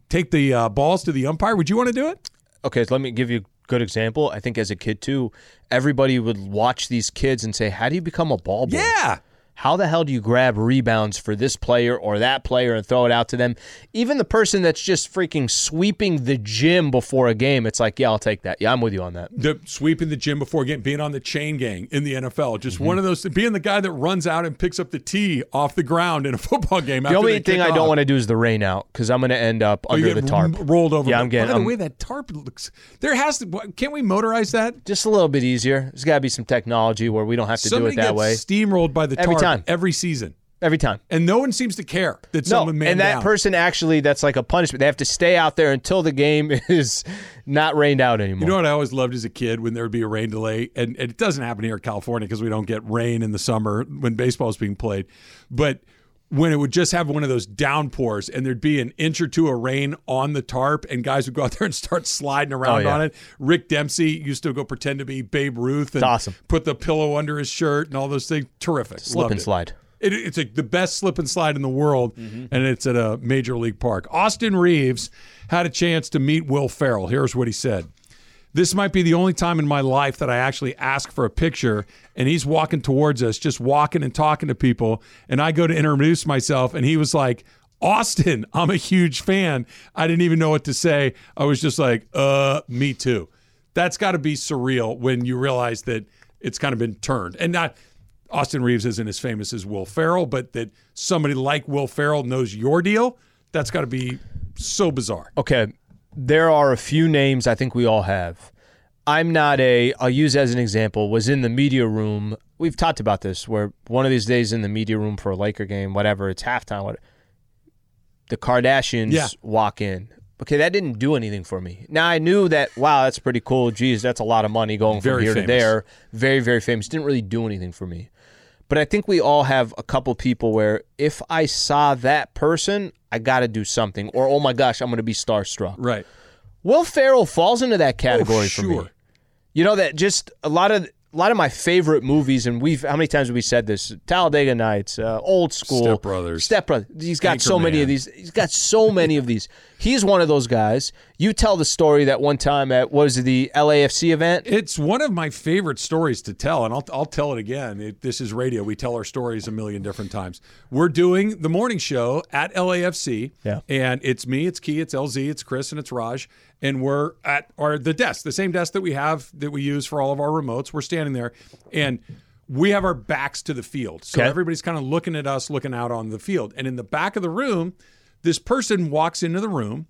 [SPEAKER 1] take the uh, balls to the umpire. Would you want to do it?
[SPEAKER 3] okay, so let me give you a good example. I think as a kid too, everybody would watch these kids and say, "How do you become a ball boy?
[SPEAKER 1] Yeah.
[SPEAKER 3] How the hell do you grab rebounds for this player or that player and throw it out to them? Even the person that's just freaking sweeping the gym before a game, it's like, yeah, I'll take that. Yeah, I'm with you on that.
[SPEAKER 1] The sweeping the gym before getting being on the chain gang in the NFL, just
[SPEAKER 3] Mm-hmm.
[SPEAKER 1] one of those being the guy that runs out and picks up the tee off the ground in a football game.
[SPEAKER 3] The only thing I don't want to do is the rain out because I'm going to end up
[SPEAKER 1] Oh, you
[SPEAKER 3] under the
[SPEAKER 1] get
[SPEAKER 3] tarp,
[SPEAKER 1] r- rolled over.
[SPEAKER 3] Yeah, I'm
[SPEAKER 1] By
[SPEAKER 3] getting.
[SPEAKER 1] the
[SPEAKER 3] I'm-
[SPEAKER 1] way that tarp looks. There has to. wh- Can't we motorize that?
[SPEAKER 3] just a little bit easier. There's got to be some technology where we don't have to
[SPEAKER 1] Somebody
[SPEAKER 3] do it that
[SPEAKER 1] gets
[SPEAKER 3] way
[SPEAKER 1] steamrolled by the
[SPEAKER 3] Every
[SPEAKER 1] tarp
[SPEAKER 3] time.
[SPEAKER 1] every season,
[SPEAKER 3] every time.
[SPEAKER 1] and no one seems to care that someone made
[SPEAKER 3] and that
[SPEAKER 1] down.
[SPEAKER 3] person actually, that's like a punishment. They have to stay out there until the game is not rained out anymore.
[SPEAKER 1] You know what I always loved as a kid when there would be a rain delay, and, and it doesn't happen here in California because we don't get rain in the summer when baseball is being played, but when it would just have one of those downpours and there'd be an inch or two of rain on the tarp and guys would go out there and start sliding around
[SPEAKER 3] Oh, yeah.
[SPEAKER 1] on it. Rick Dempsey used to go pretend to be Babe Ruth and
[SPEAKER 3] awesome.
[SPEAKER 1] put the pillow under his shirt and all those things. Terrific.
[SPEAKER 3] Slip
[SPEAKER 1] Loved
[SPEAKER 3] and
[SPEAKER 1] it.
[SPEAKER 3] slide. Mm-hmm.
[SPEAKER 1] It, it's like the best slip and slide in the world, and it's at a major league park. Austin Reeves had a chance to meet Will Farrell. Here's what he said. This might be the only time in my life that I actually ask for a picture, and he's walking towards us, just walking and talking to people. And I go to introduce myself, and he was like, Austin, I'm a huge fan. I didn't even know what to say. I was just like, uh, me too. That's got to be surreal when you realize that it's kind of been turned. And not Austin Reeves isn't as famous as Will Farrell, but that somebody like Will Farrell knows your deal, that's got to be so bizarre.
[SPEAKER 3] okay, there are a few names I think we all have. I'm not a, I'll use as an example, was in the media room. We've talked about this where one of these days in the media room for a Laker game, whatever, it's halftime, whatever. The Kardashians
[SPEAKER 1] Yeah.
[SPEAKER 3] walk in. Okay, that didn't do anything for me. Now I knew that, wow, that's pretty cool. Geez, that's a lot of money going from
[SPEAKER 1] Very
[SPEAKER 3] here to
[SPEAKER 1] famous.
[SPEAKER 3] there. Very, very famous. Didn't really do anything for me. But I think we all have a couple people where if I saw that person, I got to do something. Or, oh my gosh, I'm going to be starstruck.
[SPEAKER 1] Right. Oh,
[SPEAKER 3] Will Ferrell falls into that category for me.
[SPEAKER 1] sure.
[SPEAKER 3] You know that just a lot of a lot of my favorite movies, and we've how many times have we said this? Talladega Nights, uh, Old School,
[SPEAKER 1] Step Brothers.
[SPEAKER 3] Step Brothers. He's got so many of
[SPEAKER 1] Anchorman.
[SPEAKER 3] these. He's got so many of these. He's one of those guys. You tell the story that one time at what was it, the LAFC event?
[SPEAKER 1] It's one of my favorite stories to tell, and I'll, I'll tell it again. It, this is radio. We tell our stories a million different times. We're doing the morning show at LAFC,
[SPEAKER 3] Yeah.
[SPEAKER 1] and it's me, it's Key, it's LZ, it's Chris, and it's Raj, and we're at our the desk, the same desk that we have that we use for all of our remotes. We're standing there, and we have our backs to the field, so
[SPEAKER 3] Okay.
[SPEAKER 1] everybody's kind of looking at us, looking out on the field, and in the back of the room, this person walks into the room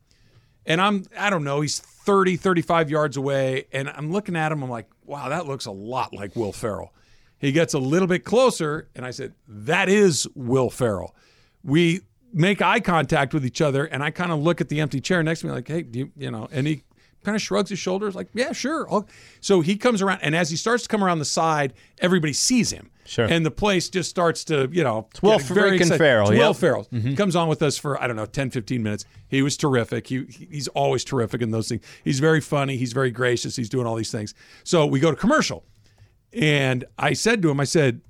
[SPEAKER 1] and I'm I don't know, he's 30, 35 yards away and I'm looking at him I'm like, "Wow, that looks a lot like Will Ferrell." He gets a little bit closer and I said, "That is Will Ferrell." We make eye contact with each other and I kind of look at the empty chair next to me like, "Hey, do you, you know?" And he kind of shrugs his shoulders like, "Yeah, sure." I'll-" So he comes around and as he starts to come around the side, everybody sees him.
[SPEAKER 3] Sure.
[SPEAKER 1] And the place just starts to, you know,
[SPEAKER 3] Will
[SPEAKER 1] get very
[SPEAKER 3] freaking
[SPEAKER 1] excited.
[SPEAKER 3] Ferrell,
[SPEAKER 1] It's Will
[SPEAKER 3] yep. Mm-hmm.
[SPEAKER 1] Farrell comes on with us for I don't know 10 15 minutes. He was terrific. He he- he's always terrific in those things. He's very funny, he's very gracious, he's doing all these things. So we go to commercial. And I said to him I said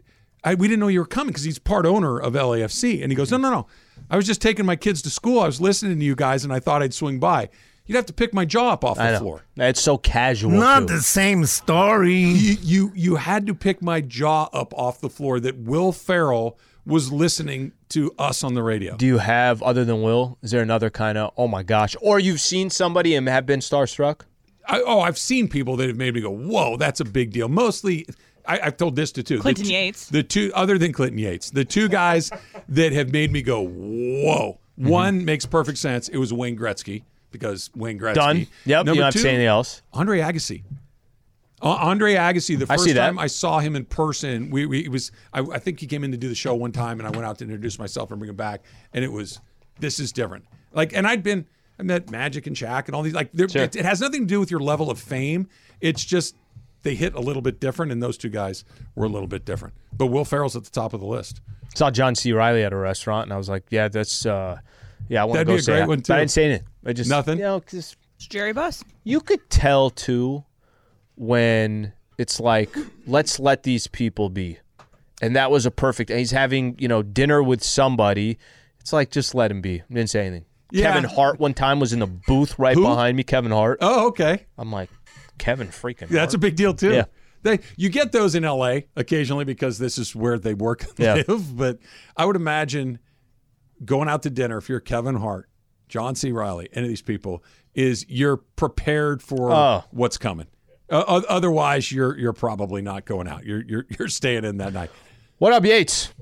[SPEAKER 1] I, we didn't know you were coming because he's part owner of LAFC. And he goes, No, no, no. I was just taking my kids to school. I was listening to you guys and I thought I'd swing by. You'd have to pick my jaw up off
[SPEAKER 3] I
[SPEAKER 1] the
[SPEAKER 3] know.
[SPEAKER 1] floor.
[SPEAKER 3] It's so casual. too.
[SPEAKER 7] same story.
[SPEAKER 1] You, you you had to pick my jaw up off the floor that Will Farrell was listening to us on the radio.
[SPEAKER 3] do you have other than Will? Is there another kind of oh my gosh? Or you've seen somebody and have been starstruck?
[SPEAKER 1] I, oh, I've seen people that have made me go, "Whoa, Oh, that's a big deal." Mostly, I, I've told this to two.
[SPEAKER 4] Clinton
[SPEAKER 1] the, two-
[SPEAKER 4] Yates.
[SPEAKER 1] The two other than Clinton Yates, the two guys that have made me go, "Whoa."
[SPEAKER 3] Mm-hmm.
[SPEAKER 1] One makes perfect sense. It was Wayne Gretzky because Wayne Gretzky.
[SPEAKER 3] Done. Yep. you
[SPEAKER 1] Number
[SPEAKER 3] don't have to
[SPEAKER 1] two,
[SPEAKER 3] say anything else.
[SPEAKER 1] Andre Agassi. A- Uh, Andre Agassi. The
[SPEAKER 3] I
[SPEAKER 1] first
[SPEAKER 3] see that.
[SPEAKER 1] time I saw him in person, we, we it was I, I think he came in to do the show one time, and I went out to introduce myself and bring him back, and it was this is different. Like, and I'd been I met Magic and Shaq and all these like there- it, it has nothing to do with your level of fame. It's just they hit a little bit different, and those two guys were a little bit different. But Will Ferrell's at the top of the list.
[SPEAKER 3] saw John C. Riley at a restaurant, and I was like, "Yeah, that's uh, yeah, I want to
[SPEAKER 1] That'd
[SPEAKER 3] go
[SPEAKER 1] be a
[SPEAKER 3] say
[SPEAKER 1] great
[SPEAKER 3] hi.
[SPEAKER 1] one,
[SPEAKER 3] But I
[SPEAKER 1] too.
[SPEAKER 3] didn't say anything. I just
[SPEAKER 1] Nothing?
[SPEAKER 3] You know, 'cause
[SPEAKER 4] It's Jerry Buss.
[SPEAKER 3] you could tell too when it's like, let's let these people be, and that was a perfect. And he's having you know dinner with somebody. It's like just let him be. Didn't say anything.
[SPEAKER 1] Yeah.
[SPEAKER 3] Kevin Hart one time was in the booth right behind me. Kevin Hart.
[SPEAKER 1] Oh, okay,
[SPEAKER 3] I'm like, Kevin freaking.
[SPEAKER 1] that's a
[SPEAKER 3] Hart?
[SPEAKER 1] big deal too.
[SPEAKER 3] Yeah.
[SPEAKER 1] They you get those in L.A. occasionally because this is where they work and
[SPEAKER 9] Yeah.
[SPEAKER 1] live. But I would imagine going out to dinner if you're Kevin Hart, John C. Riley, any of these people is you're prepared for
[SPEAKER 2] Oh.
[SPEAKER 1] what's coming. Uh, o- otherwise, you're you're probably not going out. You're you're you're staying in that night.
[SPEAKER 3] What up, Yates?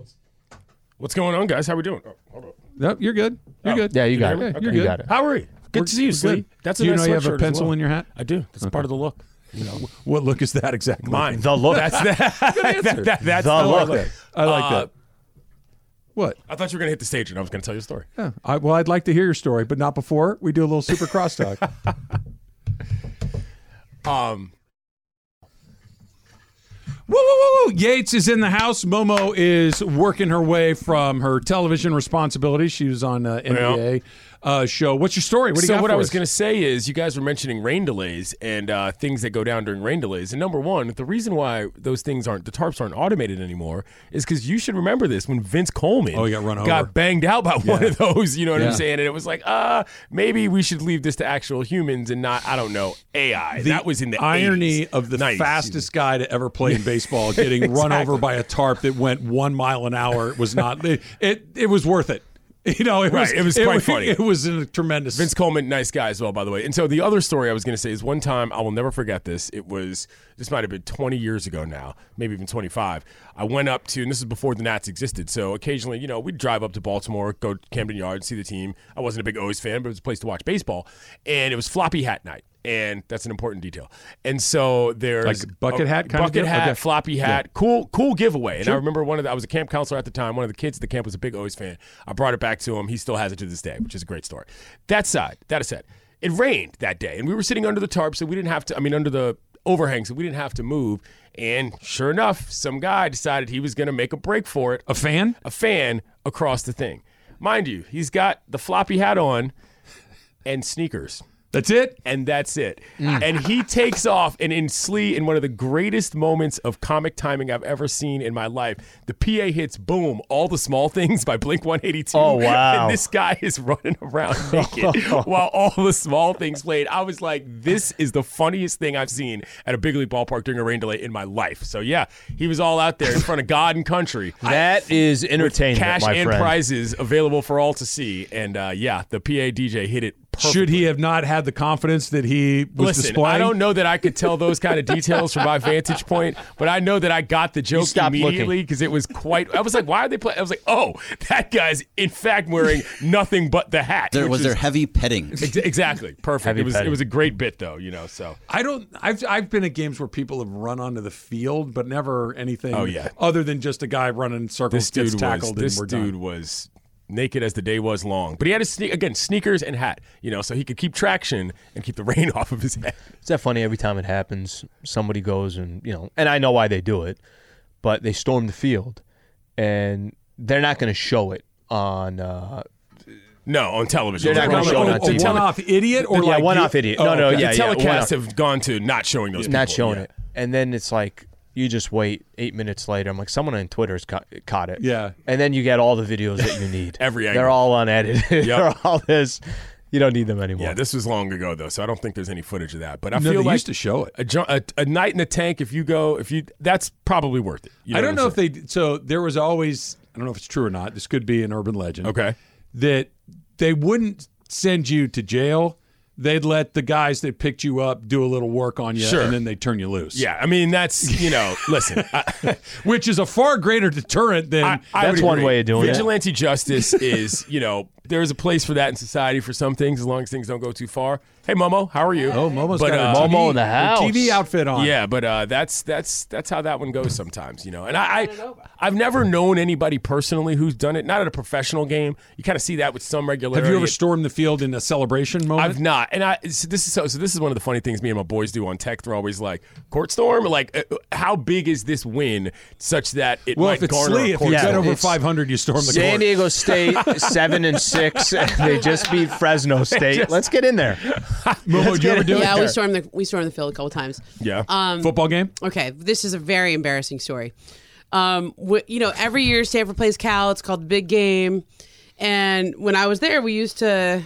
[SPEAKER 12] What's going on, guys? How we doing? Oh, hold on.
[SPEAKER 1] Nope, you're good. You're
[SPEAKER 12] Oh.
[SPEAKER 1] good.
[SPEAKER 12] Yeah, you
[SPEAKER 1] Can
[SPEAKER 12] got
[SPEAKER 1] hear
[SPEAKER 12] it.
[SPEAKER 1] me?
[SPEAKER 12] Okay.
[SPEAKER 1] You're
[SPEAKER 12] You
[SPEAKER 1] good.
[SPEAKER 12] got it. How are you? Good
[SPEAKER 1] We're-
[SPEAKER 12] to see you,
[SPEAKER 1] we're
[SPEAKER 12] Sleep.
[SPEAKER 1] good.
[SPEAKER 12] That's a
[SPEAKER 1] Do you
[SPEAKER 12] nice
[SPEAKER 1] know you have
[SPEAKER 12] sweatshirt
[SPEAKER 1] a
[SPEAKER 12] as
[SPEAKER 1] pencil
[SPEAKER 12] well.
[SPEAKER 1] in your hat?
[SPEAKER 12] I do. That's part of the look. You know,
[SPEAKER 1] What look is that exactly?
[SPEAKER 12] Mine. The look. That's that.
[SPEAKER 1] Good answer.
[SPEAKER 12] That- that's
[SPEAKER 1] The
[SPEAKER 12] the
[SPEAKER 1] look.
[SPEAKER 12] look.
[SPEAKER 1] I like
[SPEAKER 12] Uh,
[SPEAKER 1] that. What?
[SPEAKER 12] I thought you were going to hit the stage and I was going to tell you a story.
[SPEAKER 1] Yeah. I, well, I'd like to hear your story, but not before we do a little super crosstalk.
[SPEAKER 12] Um,
[SPEAKER 1] Woo, woo, woo, woo. Yates is in the house. Momo is working her way from her television responsibilities. She was on uh, NBA uh, show. What's your story? What do you
[SPEAKER 12] so
[SPEAKER 1] got
[SPEAKER 12] what
[SPEAKER 1] for
[SPEAKER 12] I was
[SPEAKER 1] us?
[SPEAKER 12] going to say is, you guys were mentioning rain delays and uh, things that go down during rain delays. And number one, the reason why those things aren't the tarps aren't automated anymore is because you should remember this when Vince Coleman
[SPEAKER 1] Oh, he got run over.
[SPEAKER 12] banged out by one
[SPEAKER 1] Yeah.
[SPEAKER 12] of those. You know what
[SPEAKER 1] Yeah.
[SPEAKER 12] I'm saying? And it was like, uh, maybe we should leave this to actual humans and not, I don't know, AI. that was in the
[SPEAKER 1] irony
[SPEAKER 12] 80s.
[SPEAKER 1] of the
[SPEAKER 12] 90s, excuse
[SPEAKER 1] fastest guy to ever play in baseball getting run over by a tarp that went one mile an hour. It was not. It it, it was worth it. You know, it
[SPEAKER 12] Right,
[SPEAKER 1] was
[SPEAKER 12] it was quite funny.
[SPEAKER 1] It was a tremendous.
[SPEAKER 12] Vince Coleman, nice guy as well, by the way. And so the other story I was going to say is one time I will never forget this. It was this might have been 20 years ago now, maybe even 25. I went up to, and this is before the Nats existed. So occasionally, you know, we'd drive up to Baltimore, go to Camden Yards, see the team. I wasn't a big O's fan, but it was a place to watch baseball. And it was floppy hat night. And that's an important detail. And so there's
[SPEAKER 1] Like bucket hat kind of
[SPEAKER 12] bucket
[SPEAKER 1] deal?
[SPEAKER 12] hat,
[SPEAKER 1] Okay.
[SPEAKER 12] floppy
[SPEAKER 1] Yeah.
[SPEAKER 12] hat, cool, cool giveaway. And
[SPEAKER 1] Sure.
[SPEAKER 12] I remember one of the, I was a camp counselor at the time. One of the kids at the camp was a big O's fan. I brought it back to him. He still has it to this day, which is a great story. That side, that aside, it rained that day, and we were sitting under the tarp, so we didn't have to. I mean, under the overhang, so we didn't have to move. And sure enough, some guy decided he was going to make a break for it.
[SPEAKER 1] A fan?
[SPEAKER 12] A fan across the thing. Mind you, he's got the floppy hat on and sneakers.
[SPEAKER 1] That's it.
[SPEAKER 12] And that's it. And he takes off, and in Slee, in one of the greatest moments of comic timing I've ever seen in my life, the PA hits Boom, All the Small Things by Blink 182.
[SPEAKER 2] Oh, wow.
[SPEAKER 12] And this guy is running around naked while all the small things played. I was like, this is the funniest thing I've seen at a big league ballpark during a rain delay in my life. So, yeah, he was all out there in front of God and country.
[SPEAKER 3] That is entertainment,
[SPEAKER 12] Cash
[SPEAKER 3] my
[SPEAKER 12] and
[SPEAKER 3] friend.
[SPEAKER 12] prizes available for all to see. And uh, yeah, the PA DJ hit it perfectly.
[SPEAKER 1] Should he have not had the confidence that he was
[SPEAKER 12] Listen,
[SPEAKER 1] displaying?
[SPEAKER 12] I don't know that I could tell those kind of details from my vantage point, but I know that I got the joke
[SPEAKER 3] stopped looking.
[SPEAKER 12] immediately because it was quite. I was like, "Why are they playing?" I was like, "Oh, that guy's in fact wearing nothing but the hat."
[SPEAKER 9] There
[SPEAKER 12] which
[SPEAKER 9] was
[SPEAKER 12] is-
[SPEAKER 9] there heavy petting.
[SPEAKER 12] Ex- exactly perfect.
[SPEAKER 3] Heavy
[SPEAKER 12] it was
[SPEAKER 3] petting.
[SPEAKER 12] it was a great bit though, you know. So
[SPEAKER 1] I don't. I've I've been at games where people have run onto the field, but never anything.
[SPEAKER 12] Oh, yeah.
[SPEAKER 1] Other than just a guy running circles,
[SPEAKER 12] this dude
[SPEAKER 1] gets
[SPEAKER 12] was
[SPEAKER 1] tackled,
[SPEAKER 12] this
[SPEAKER 1] and we're
[SPEAKER 12] dude
[SPEAKER 1] done.
[SPEAKER 12] was naked as the day was long, but he had his sne- again sneakers and hat, you know, so he could keep traction and keep the rain off of his head.
[SPEAKER 3] Is that funny? Every time it happens, somebody goes and you know, and I know why they do it, but they storm the field, and they're not going to show it on. Uh,
[SPEAKER 12] No, on television.
[SPEAKER 3] They're not gonna
[SPEAKER 12] Like,
[SPEAKER 3] show
[SPEAKER 12] on-
[SPEAKER 3] it
[SPEAKER 12] on
[SPEAKER 3] on
[SPEAKER 1] Oh, a
[SPEAKER 3] TV.
[SPEAKER 12] tele-
[SPEAKER 1] one-off idiot, or
[SPEAKER 3] Yeah,
[SPEAKER 1] like
[SPEAKER 3] one-off
[SPEAKER 1] you- Oh,
[SPEAKER 3] idiot. No, no,
[SPEAKER 12] the
[SPEAKER 3] yeah, yeah,
[SPEAKER 12] telecasts
[SPEAKER 3] one-off.
[SPEAKER 12] have gone to not showing those.
[SPEAKER 3] not
[SPEAKER 12] people,
[SPEAKER 3] showing
[SPEAKER 12] yeah.
[SPEAKER 3] it, and then it's like you just wait eight minutes later. I'm like, someone on Twitter's caught, caught it.
[SPEAKER 1] Yeah.
[SPEAKER 3] and then you get all the videos that you need.
[SPEAKER 12] Every
[SPEAKER 3] they're
[SPEAKER 12] angle.
[SPEAKER 3] all unedited. they're
[SPEAKER 12] Yep.
[SPEAKER 3] all this. You don't need them anymore.
[SPEAKER 12] Yeah, this was long ago though, so I don't think there's any footage of that. But I
[SPEAKER 1] No,
[SPEAKER 12] feel
[SPEAKER 1] they
[SPEAKER 12] like
[SPEAKER 1] used to show it.
[SPEAKER 12] a, jo- a, a night in the tank. If you go, if you, that's probably worth it. You
[SPEAKER 1] I
[SPEAKER 12] what
[SPEAKER 1] don't
[SPEAKER 12] I'm
[SPEAKER 1] know if they. So there was always. I don't know if it's true or not. This could be an urban legend.
[SPEAKER 12] Okay.
[SPEAKER 1] That they wouldn't send you to jail. They'd let the guys that picked you up do a little work on you,
[SPEAKER 12] Sure.
[SPEAKER 1] and then they turn you loose.
[SPEAKER 12] saying? Yeah, I mean that's you know. listen, I,
[SPEAKER 1] Which is a far greater deterrent than.
[SPEAKER 12] I, I
[SPEAKER 3] That's
[SPEAKER 12] would
[SPEAKER 3] one
[SPEAKER 12] agree.
[SPEAKER 3] way of doing it.
[SPEAKER 12] Vigilante justice is you know there is a place for that in society for some things as long as things don't go too far. Hey Momo, how are you?
[SPEAKER 1] oh, Momo's
[SPEAKER 12] But,
[SPEAKER 1] got
[SPEAKER 12] uh,
[SPEAKER 1] a TV,
[SPEAKER 3] Momo in the
[SPEAKER 1] a
[SPEAKER 3] house.
[SPEAKER 1] TV outfit on.
[SPEAKER 12] Yeah, but uh, that's that's that's how that one goes sometimes, you know. And I, I I've never known anybody personally who's done it. Not at a professional game. You kind of see that with some regularity.
[SPEAKER 1] Have you ever
[SPEAKER 12] at-
[SPEAKER 1] stormed the field in a celebration moment?
[SPEAKER 12] I've not, and I. So this is so, so. This is one of the funny things me and my boys do on tech. They're always like, "Court storm." Like, uh, how big is this win such that it
[SPEAKER 1] Well,
[SPEAKER 12] might
[SPEAKER 1] if it's
[SPEAKER 12] garner
[SPEAKER 1] Slee,
[SPEAKER 12] a
[SPEAKER 1] if
[SPEAKER 12] court
[SPEAKER 1] you
[SPEAKER 3] Yeah,
[SPEAKER 1] get over
[SPEAKER 3] it's-
[SPEAKER 1] 500, you storm the
[SPEAKER 3] San
[SPEAKER 1] court.
[SPEAKER 3] Diego State seven and six. and they just beat Fresno State. Let's get in there.
[SPEAKER 1] Momo, did you ever do
[SPEAKER 13] yeah, we
[SPEAKER 1] it?
[SPEAKER 13] stormed the we stormed the field a couple times.
[SPEAKER 12] Yeah.
[SPEAKER 13] Um,
[SPEAKER 1] Football game?
[SPEAKER 13] Okay, this is a very embarrassing story. Um, wh- you know, every year Stanford plays Cal. It's called the Big Game, and when I was there, we used to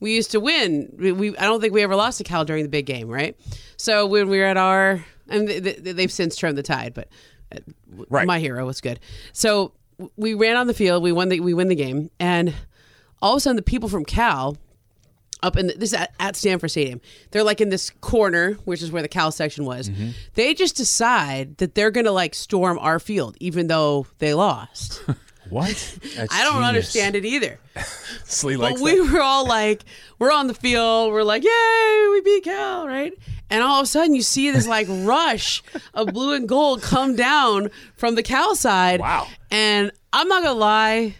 [SPEAKER 13] we used to win. We, we I don't think we ever lost to Cal during the Big Game, right? So when we were at our and th- th- they've since turned the tide. But uh, w- my hero was good. So w- we ran on the field. We won the we win the game, and all of a sudden the people from Cal up in the, this is at, at Stanford Stadium. They're like in this corner, which is where the Cal section was. They just decide that they're going to like storm our field, even though they lost.
[SPEAKER 12] What?
[SPEAKER 13] I don't understand it either.
[SPEAKER 12] Slee
[SPEAKER 13] But
[SPEAKER 12] likes
[SPEAKER 13] we
[SPEAKER 12] that.
[SPEAKER 13] were all like, we're on the field. We're like, yay, we beat Cal, right? And all of a sudden, you see this like rush of blue and gold come down from the Cal side. Wow. And I'm not going to lie.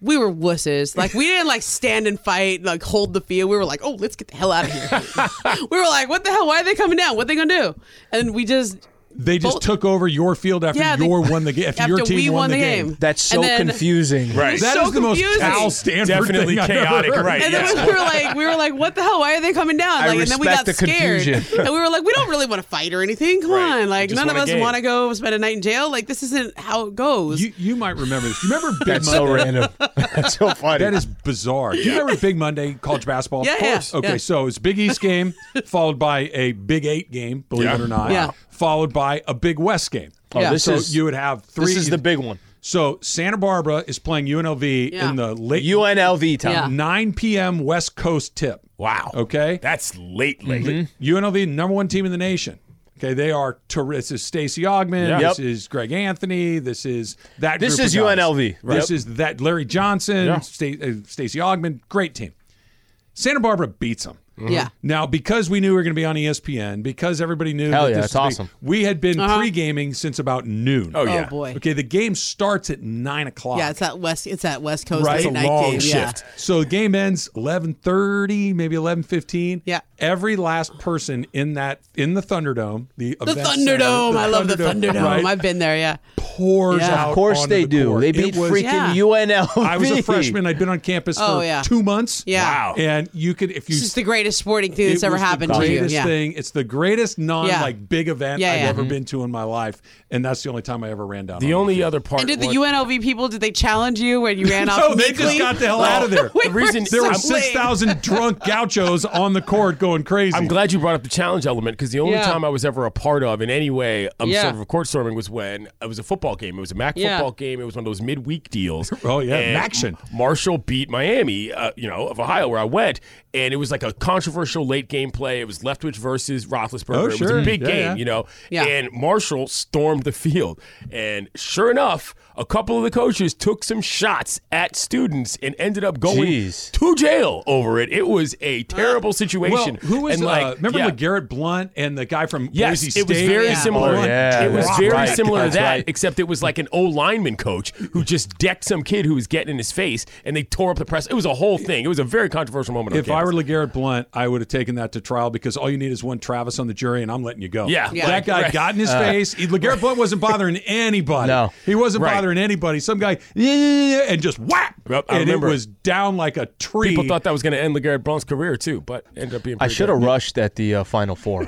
[SPEAKER 13] We were wusses. Like we didn't like stand and fight, like hold the field. We were like, "Oh, let's get the hell out of here." we were like, "What the hell? Why are they coming down? What they gonna do?" And we just
[SPEAKER 1] They just
[SPEAKER 13] Both-
[SPEAKER 1] took over your field after
[SPEAKER 13] Yeah, they-
[SPEAKER 1] your won the game. After, your
[SPEAKER 13] After
[SPEAKER 1] team
[SPEAKER 13] we
[SPEAKER 1] won,
[SPEAKER 13] won
[SPEAKER 1] the
[SPEAKER 13] the
[SPEAKER 1] game.
[SPEAKER 13] game. That's so And then- confusing. Right. It's
[SPEAKER 1] That
[SPEAKER 13] so
[SPEAKER 1] is the most
[SPEAKER 13] confusing.
[SPEAKER 1] Cal Stanford
[SPEAKER 12] Definitely
[SPEAKER 1] thing I've ever
[SPEAKER 12] chaotic,
[SPEAKER 1] heard.
[SPEAKER 12] right,
[SPEAKER 13] And then we were like, we were like, what the hell? Why are they coming down?
[SPEAKER 1] I
[SPEAKER 13] Like, and then we got
[SPEAKER 1] respect the
[SPEAKER 13] scared,
[SPEAKER 1] confusion.
[SPEAKER 13] and we were like, we don't really want to fight or anything. Come on, like
[SPEAKER 1] just
[SPEAKER 13] none of
[SPEAKER 1] want
[SPEAKER 13] us
[SPEAKER 1] a game.
[SPEAKER 13] want to go spend a night in jail. Like this isn't how it goes.
[SPEAKER 1] You, you might remember this. You remember Big
[SPEAKER 13] That's
[SPEAKER 1] Monday?
[SPEAKER 13] so
[SPEAKER 1] random.
[SPEAKER 3] That's so funny.
[SPEAKER 1] That is bizarre. Do you remember Big Monday college basketball?
[SPEAKER 13] Yeah,
[SPEAKER 1] of
[SPEAKER 13] yeah,
[SPEAKER 1] course. okay,
[SPEAKER 13] yeah.
[SPEAKER 1] so it's Big East game followed by a Big Eight game, believe
[SPEAKER 12] Yeah.
[SPEAKER 1] it or not.
[SPEAKER 12] Yeah.
[SPEAKER 1] Followed by a Big West game.
[SPEAKER 12] Oh, Yeah. this
[SPEAKER 1] so
[SPEAKER 12] is-
[SPEAKER 1] you would have three.
[SPEAKER 12] this is the
[SPEAKER 3] big one.
[SPEAKER 1] So Santa Barbara is playing UNLV
[SPEAKER 12] Yeah.
[SPEAKER 1] in the late
[SPEAKER 3] UNLV time. Yeah.
[SPEAKER 1] 9 p.m. West Coast tip. Wow. Okay.
[SPEAKER 12] That's late, late. Mm-hmm.
[SPEAKER 1] UNLV, number one team in the nation. Okay, they are. Ter- this is Stacy Ogman.
[SPEAKER 12] Yeah.
[SPEAKER 1] This
[SPEAKER 12] Yep.
[SPEAKER 1] is Greg Anthony. This is that.
[SPEAKER 12] This
[SPEAKER 1] group
[SPEAKER 12] is
[SPEAKER 1] of guys.
[SPEAKER 12] UNLV, right?
[SPEAKER 1] This is that Larry Johnson,
[SPEAKER 12] Yeah.
[SPEAKER 1] Sta- uh, Stacy Ogman. Great team. Santa Barbara beats them.
[SPEAKER 12] Mhm. Yeah.
[SPEAKER 1] Now, because we knew we were going to be on E ESPN, because everybody knew.
[SPEAKER 3] Hell
[SPEAKER 1] that
[SPEAKER 3] yeah,
[SPEAKER 1] this
[SPEAKER 3] it's
[SPEAKER 1] was big,
[SPEAKER 3] awesome.
[SPEAKER 1] we had been
[SPEAKER 13] Uh-huh.
[SPEAKER 1] pre-gaming since about noon.
[SPEAKER 13] Oh, Oh, yeah. boy.
[SPEAKER 1] Okay, the game starts at nine o'clock.
[SPEAKER 13] yeah, it's that west. It's that West Coast
[SPEAKER 1] Right,
[SPEAKER 13] late night game. Yeah.
[SPEAKER 1] So the game ends eleven thirty, maybe eleven fifteen.
[SPEAKER 13] Yeah.
[SPEAKER 1] Every last person in that in the Thunderdome, the
[SPEAKER 13] The
[SPEAKER 1] event center,
[SPEAKER 13] Thunderdome. I love the Thunderdome.
[SPEAKER 1] right,
[SPEAKER 13] I've been there. Yeah.
[SPEAKER 1] Pours out
[SPEAKER 3] Of course
[SPEAKER 1] onto
[SPEAKER 3] they
[SPEAKER 1] the
[SPEAKER 3] do.
[SPEAKER 1] court.
[SPEAKER 3] They
[SPEAKER 1] It
[SPEAKER 3] beat
[SPEAKER 1] was-
[SPEAKER 3] freaking
[SPEAKER 13] Yeah.
[SPEAKER 3] UNLV.
[SPEAKER 1] I was a freshman. I'd been on campus for
[SPEAKER 13] Oh, yeah.
[SPEAKER 1] two months.
[SPEAKER 13] Yeah. Wow.
[SPEAKER 1] And you could, if you
[SPEAKER 13] It's just the greatest sporting thing that's
[SPEAKER 1] it
[SPEAKER 13] ever
[SPEAKER 1] was
[SPEAKER 13] happened
[SPEAKER 1] the
[SPEAKER 13] to you.
[SPEAKER 1] greatest
[SPEAKER 13] Yeah.
[SPEAKER 1] thing. It's the greatest non
[SPEAKER 13] Yeah.
[SPEAKER 1] like big event
[SPEAKER 13] Yeah,
[SPEAKER 1] I've
[SPEAKER 13] yeah.
[SPEAKER 1] ever
[SPEAKER 13] Mhm.
[SPEAKER 1] been to in my life, and that's the only time I ever ran down.
[SPEAKER 12] Mm-hmm. The only other part.
[SPEAKER 13] And did the
[SPEAKER 12] was-
[SPEAKER 13] UNLV people did they challenge you when you ran off?
[SPEAKER 1] no, they
[SPEAKER 13] meekly?
[SPEAKER 1] just got the hell out of there.
[SPEAKER 13] We
[SPEAKER 1] the reason there
[SPEAKER 13] so
[SPEAKER 1] were six thousand drunk gauchos on the court going crazy.
[SPEAKER 12] I'm glad you brought up the challenge element because the only
[SPEAKER 1] Yeah.
[SPEAKER 12] time I was ever a part of in any way um,
[SPEAKER 1] Yeah.
[SPEAKER 12] sort of a court storming was when it was a football game. It was a MAC
[SPEAKER 1] Yeah.
[SPEAKER 12] football game. It was one of those midweek deals.
[SPEAKER 1] Oh, yeah,
[SPEAKER 12] And
[SPEAKER 1] Maction.
[SPEAKER 12] M- Marshall beat Miami, uh, you know, of Ohio where I went, and it was like a controversial late game play. It was Leftwich versus Roethlisberger.
[SPEAKER 1] Oh,
[SPEAKER 12] it was
[SPEAKER 1] sure.
[SPEAKER 12] a big
[SPEAKER 1] Yeah,
[SPEAKER 12] game,
[SPEAKER 1] yeah.
[SPEAKER 12] you know.
[SPEAKER 1] Yeah.
[SPEAKER 12] And Marshall stormed the field, and sure enough. A couple of the coaches took some shots at students and ended up going
[SPEAKER 1] Jeez.
[SPEAKER 12] to jail over it. It was a terrible situation.
[SPEAKER 1] Well, who was
[SPEAKER 12] and
[SPEAKER 1] like?
[SPEAKER 12] like,
[SPEAKER 1] Uh, remember
[SPEAKER 12] yeah.
[SPEAKER 1] with Garrett Blunt and the guy from
[SPEAKER 12] Yes,
[SPEAKER 1] Boise
[SPEAKER 12] it was
[SPEAKER 1] State? Oh,
[SPEAKER 12] very similar. it was very similar to that,
[SPEAKER 1] Right.
[SPEAKER 12] except it was like an O lineman coach who just decked some kid who was getting in his face, and they tore up the press. It was a whole thing. It was a very controversial moment. on
[SPEAKER 1] If
[SPEAKER 12] campus.
[SPEAKER 1] I were LeGarrette Blunt, I would have taken that to trial because all you need is one Travis on the jury, and I'm letting you go.
[SPEAKER 12] Yeah, Yeah.
[SPEAKER 1] that guy
[SPEAKER 12] right.
[SPEAKER 1] got in his
[SPEAKER 12] Uh,
[SPEAKER 1] face. He, LeGarrette Blunt wasn't bothering anybody.
[SPEAKER 12] No.
[SPEAKER 1] he wasn't
[SPEAKER 12] Right.
[SPEAKER 1] bothering anybody. Some guy "Yeah, yeah, yeah," and just whack,
[SPEAKER 12] Yep, I
[SPEAKER 1] and it
[SPEAKER 12] remember.
[SPEAKER 1] was down like a tree.
[SPEAKER 12] people thought that was going to end LeGarrette Blount's career too, but ended up being.
[SPEAKER 3] I
[SPEAKER 12] pretty
[SPEAKER 3] should
[SPEAKER 12] good.
[SPEAKER 3] have rushed at the uh, final four